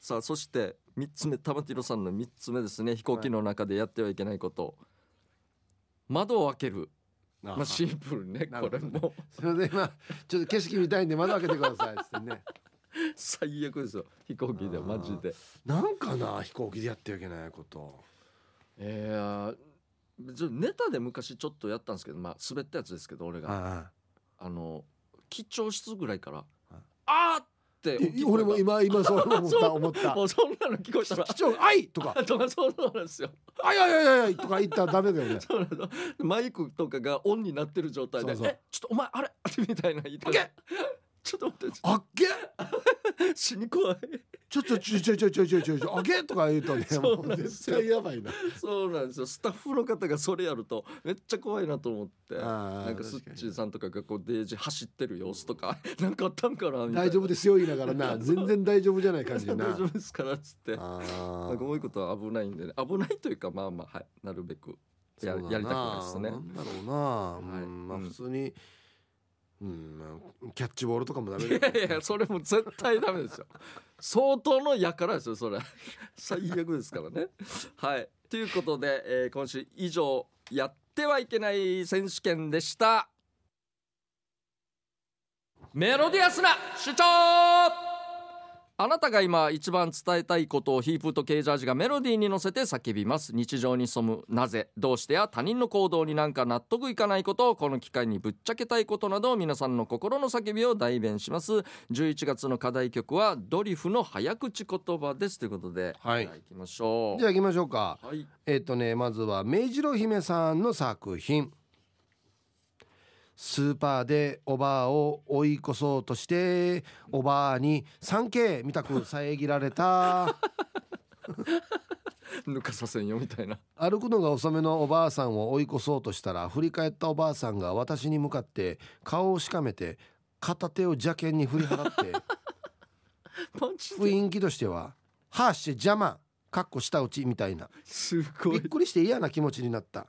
さあそして3つ目玉ティロさんの3つ目ですね飛行機の中でやってはいけないこと、窓を開ける
ま
まあ
す
シ
い
ンプルね
な
こ
る
れ
ほどね
も
ません今ちょっと景色見たいんで窓開けてくださいっつってね
最悪ですよ飛行機ではマジで
なんかな飛行機でやってはいけないこと
ええー別にネタで昔ちょっとやったんですけどまあ滑ったやつですけど俺があ
あ
の緊張室ぐらいから
い
「あー!」って大きい声が
俺も今今そう思った思った
もう そんなの聞こえたら
機長「あい!」とか
あとかそうなんですよ
「あいやいやいやいや」とか言ったらダメだよね
そうなのマイクとかがオンになってる状態で「
そうそう
えちょっとお前あれ!」みたいな言ってらちょっと待って
あっげ
死に怖い
ちょちょちょちょちょちょちょちょちょあげとか言う とね
そ
も
う
う
なんです
絶
よ
対やばいな
そうなんですよスタッフの方がそれやるとめっちゃ怖いなと思って
あー
なんかス
確
ッ
かに
チーさんとかがこうデージ走ってる様子とかなんかあったんかなみたいな
大丈夫ですよ言いながらな全然大丈夫じゃない感じで
大
な
丈夫ですからっつってなん
あ
かこういうことは危ないんでね危ないというかまあまあはいなるべく や
そうだな
やりたくないですね
なんだろうな、
い
うんまあ
うん
普通に、うんまあキャッチボールとかもダメ だ
い
よ
やいやそれも絶対ダメですよ相当のやからですよそれ最悪ですからねはいということで、えー今週以上やってはいけない選手権でしたメロディアスな主張あなたが今一番伝えたいことをヒープーとケージャージがメロディーに乗せて叫びます日常に潜むなぜどうしてや他人の行動になんか納得いかないことをこの機会にぶっちゃけたいことなど皆さんの心の叫びを代弁します11月の課題曲はドリフの早口言葉ですということで、
はい
行きましょう
じゃあ行きましょうか
はい
えっ、とねまずは明治郎姫さんの作品スーパーでおばあを追い越そうとしておばあに 3K みたく遮られた
抜かさせんよみたいな
歩くのが遅めのおばあさんを追い越そうとしたら振り返ったおばあさんが私に向かって顔をしかめて片手を邪剣に振り 払って
マジで
雰囲気としては「はあして邪魔」かっこ下打ちみたいな
すご
び
い
っくりして嫌な気持ちになった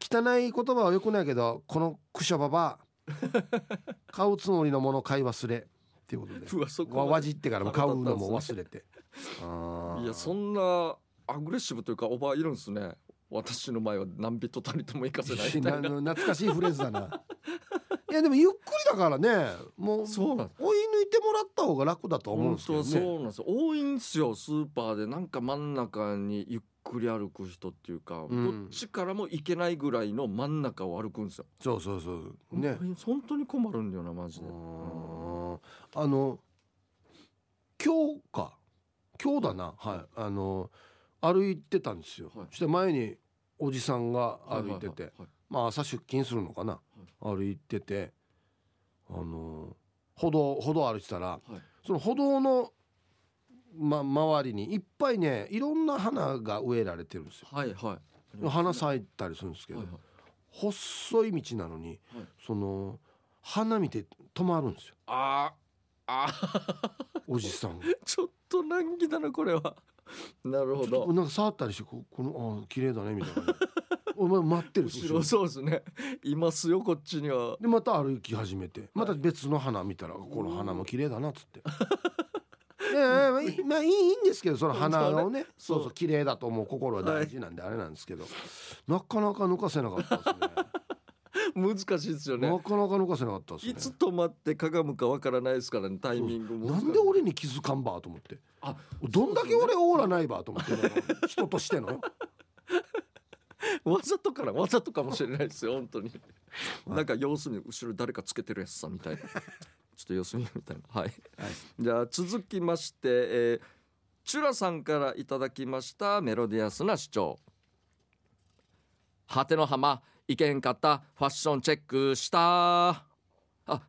汚い言葉は良くないけどこのクショババ ア買うつもりのもの買い忘れっていうことで
うわそこ
わ
まで
わじってからも買うのも忘れてあ ー
いやそんなアグレッシブというかおばあいるんですね私の前は何人たりとも行かせないみたいな
な懐かしいフレーズだないやでもゆっくりだからねもう
そうなん
追い抜いてもらった方が楽だとは思うんですけど
本当はそう
ね
なんですよ多いんですよスーパーでなんか真ん中にゆっくり歩く人っていうか、
うん
どっちからも行けないぐらいの真ん中を歩くんですよ、
そうそうそうね
これ本当に困るんだよなマジで
うんあの今日か今日だなはいあの歩いてたんですよ、
はい
そして前におじさんが歩いてて、
はいはい
まあ朝出勤するのかな、歩いててあの歩道歩道歩いてたら
はいはい
その歩道の、ま、周りにいっぱいねいろんな花が植えられてるんですよ。
はいはい
花咲いたりするんですけど、
はいはい
細い道なのに、
はい
その花見て止まるんですよ
あーあ
おじさんが。
ーちょっと難儀だなこれはなるほ
ちょっと
ど
なんか触ったりしてここのあ綺麗だねみたいなお前待ってるんです
後
よ
ろそうですねいますよこっちには
でまた歩き始めてまた別の花見たらここの花も綺麗だなっつって いやいやまあいまあいいいいんですけどその花のね
そ
そう
ね
うそう綺麗だと思う心は大事なんであれなんですけど、なかなか抜かせなかったです
難しいですよ
ね
ね
なかなか抜かせなかった
い
で
つ
すね
止まってかがむかわからないですからねタイミングも
なんで俺に気づかんばと思って
あ
どんだけ俺オーラないばと思ってなんか人と してのよ
わざとからわざとかもしれないですよ本当になんか様子見後ろ誰かつけてるやつさみ たいなちょっと様子見みたいなはい、じゃあ続きまして、えー、チュラさんからいただきましたメロディアスな主張果ての浜いけんかったファッションチェックしたあ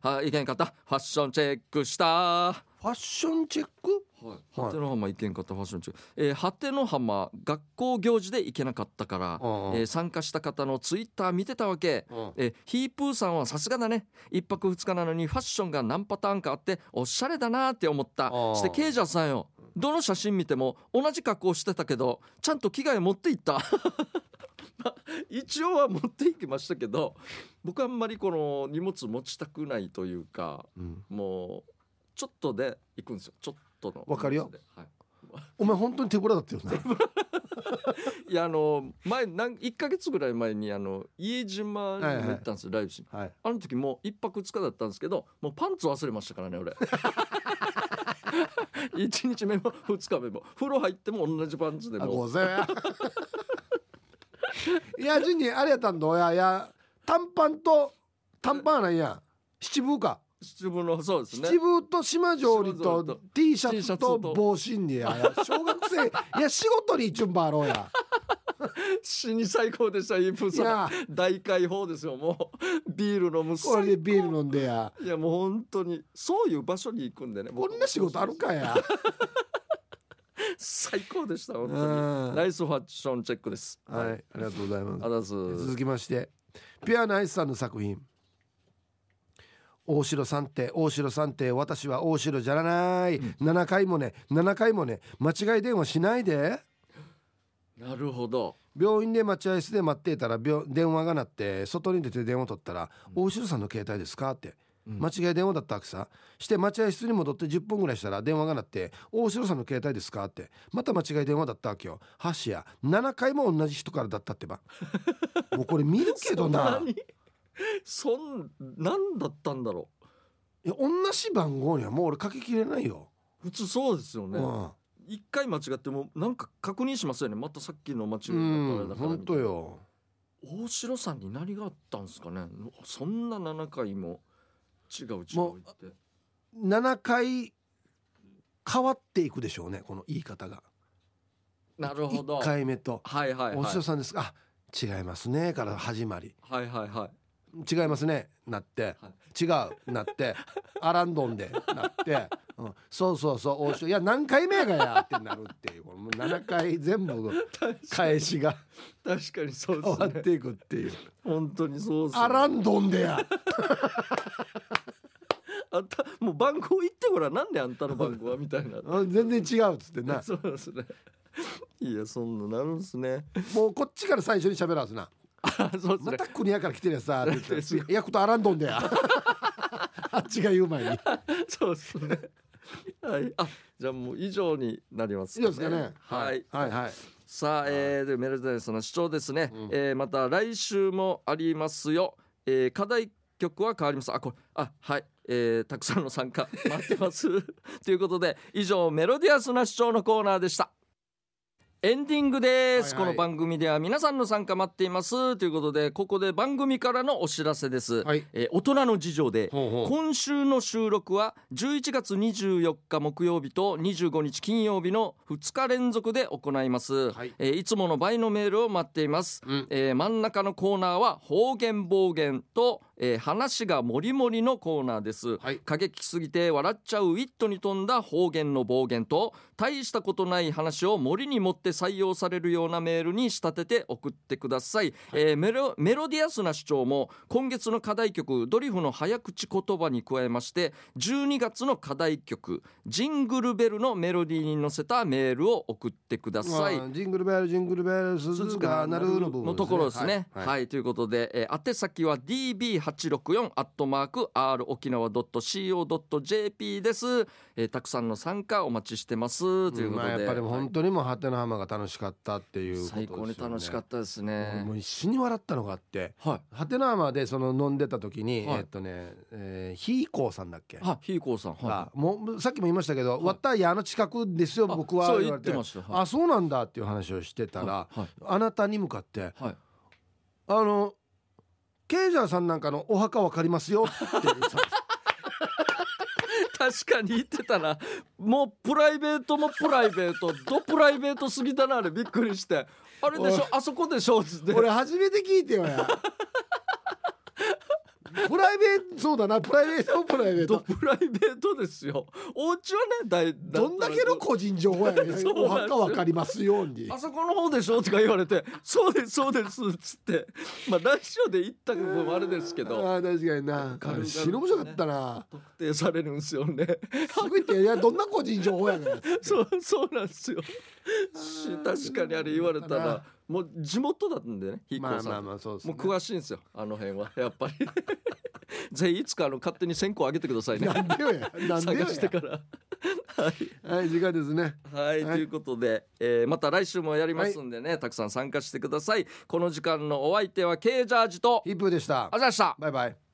あいけんかったファッションチェックした
ファッションチェック
はい、果ての浜行けんかったファッション中、えー果ての浜学校行事で行けなかったから、
うんうん
えー参加した方のツイッター見てたわけ、
うん
えーヒープーさんはさすがだね一泊二日なのにファッションが何パターンかあっておしゃれだなって思った
うん
してケイジャーさんよどの写真見ても同じ格好してたけどちゃんと着替え持っていった まあ一応は持っていきましたけど僕あんまりこの荷物持ちたくないというか
うん
もうちょっとで行くんですよちょっとの
わかるよ
やつで、は
お前本当に手ぶらだったよね
い、いやあの前なん1か月ぐらい前にあの家島にも行ったんですよ、ライブしに
はい
あの時もう1泊2日だったんですけどもうパンツ忘れましたからね俺 1日目も2日目も風呂入っても同じパンツで
あ
も
ございや。 いや、ジュニー、あれやったんど、いや、いや、短パンと、短パンはないやん。七分か。
七分のそうですね
七分と島上
島上
り
り
と
と
T シャ
T シ
ツ
ャツと
と帽子にや。いや小学生、いや、仕事に一応バろうや。
死に最高でしたイープン
い
さ
や
ん、大解放ですよもうビール飲む
これでビール飲んでや。
いやもう本当にそういう場所に行くんでね
こんな仕事あるかや。
最高でした本
う
当
ん
に
は
ナ
い、
イスファッションチェックです
ありがとうございます
あ。だす
続きましてピュアナイスさんの作品「大城さんって大城さんって私は大城じゃない、7回もね7回もね間違い電話しないで
なるるほど
病院で待合室で待っていたら病電話が鳴って外に出て電話取ったら「大城さんの携帯ですか?」って。間違い電話だったわけさして待合室に戻って10分ぐらいしたら電話が鳴って「大城さんの携帯ですか?」ってまた間違い電話だったわけよ箸や7回も同じ人からだったってばもうこれ見るけどな
そんにそんなんだったんだろ
いや同じ番号にはもう俺かけきれないよ、
う普通そうですよね
うん
一回間違ってもなんか確認しますよねまたさっきの間違いだ
う
っ
ん
たらだから
本当よ
大城さんに何があったんですかねそんな7回も違う違う言
も
っ
う
て
7回変わっていくでしょうねこの言い方が
なるほど
1回目と
はいはいはい
お師匠さんですか、あ違いますねから始まり
はいはいは
違いますねなって、
は
違う なってアランドンでなって、うん、そうそうそう王将いや何回目やがやってなるっていうこのもう7回全部返しが
い 確かにそうで
終わ
す
っ
ね
ていくっていう
本当にそうですね
アランドンでや
あんたもう番号言ってごらんなんであんたの番号はみたいな
うん全然違うっつってな
そうですねいやそんななるんですね
もうこっちから最初に喋らずな
あそうです
ま
ね
た国やから来てるやつ さって言った
すご
らいやことアランドン でやあっちが言う前に
そうですねはいあじゃあもう以上になります
いいですかね
はい
はいはい
さあ、えー、でメルダイスの主張ですね、えーまた来週もありますよ、えー課題曲は変わりますあこれあはい、えーたくさんの 参加待ってます ということで以上メロディアスな主張のコーナーでしたエンディングです、
はいはい
この番組では皆さんの参加待っていますということでここで番組からのお知らせです、
はい
えー大人の事情で
ほうほう
今週の収録は11月24日木曜日と25日金曜日の2日連続で行います、
はい
えーいつもの倍のメールを待っています、
うん
えー真ん中のコーナーは方言暴言と、えー話がもりもりのコーナーです、
はい
過激すぎて笑っちゃうウィットに富んだ方言の暴言と大したことない話を森に持って採用されるようなメールに仕立てて送ってください、えーメロメロディアスな主張も今月の課題曲ドリフの早口言葉に加えまして12月の課題曲ジングルベルのメロディーに乗せたメールを送ってください、
うんジングルベルジングルベル鈴が鳴るの部分
のところですね。はい、
はい
ということで、えー、宛先は db864 アットマーク r 沖縄 .co.jp です、えー。たくさんの参加お待ちしてますということ
まあ
で、
やっぱり本当にもうハテナハマが楽しかったっていうことですよね
最高に楽しかったです
うん
ね
も。う一瞬に笑ったのがあって
は
ハテナハマでその飲んでた時に
はい
えっとねえーひいこうさんだっけ
い。あ、ひいこうさん。
が
は
もうさっきも言いましたけど「わった家の近くですよ
い。
僕は
あ」そう
言
言
わ
っ
れて
てました。は
あそうなんだ」っていう話をして
い
たら
はい。
あなたに向かって
はい。
「あのケイジャーさんなんかのお墓わかりますよ」っていう さ
確かに言ってたなもうプライベートもプライベートどプライベートすぎたなあれびっくりしてあれでしょあそこでしょっつって
俺初めて聞いてよやプライベートそうだなプライベートもプライベー
ど
ト
プライベートですよお家はねだい
どんだけの個人情報やねん
そう
お
なんです
墓
よ
わかりますように
あそこの方でしょとか言われて 「そうですそうです」っつってまあラジオで言ったこともあれですけど
ああ確かにな
軽々
死ぬ面白かったな
特定されるんですよね
すごいっていやどんな個人情報やねん
そうそうなんですよし確かにあれ言われた
そうだ
ら
な
もう地元だったんでねひいこ
まあ
さん
まあまあそうです
も
ね
う詳しいんですよあの辺はやっぱ りぜひいつかあの勝手に線香あげてくださいね
なんでよやなんでよ
探して
や
からはい
はい時間ですね
はい、
はい
ということで、えーまた来週もやりますんでね、たくさん参加してくださいこの時間のお相手は K ジャージと
ヒップーでした
あざした
バイバイ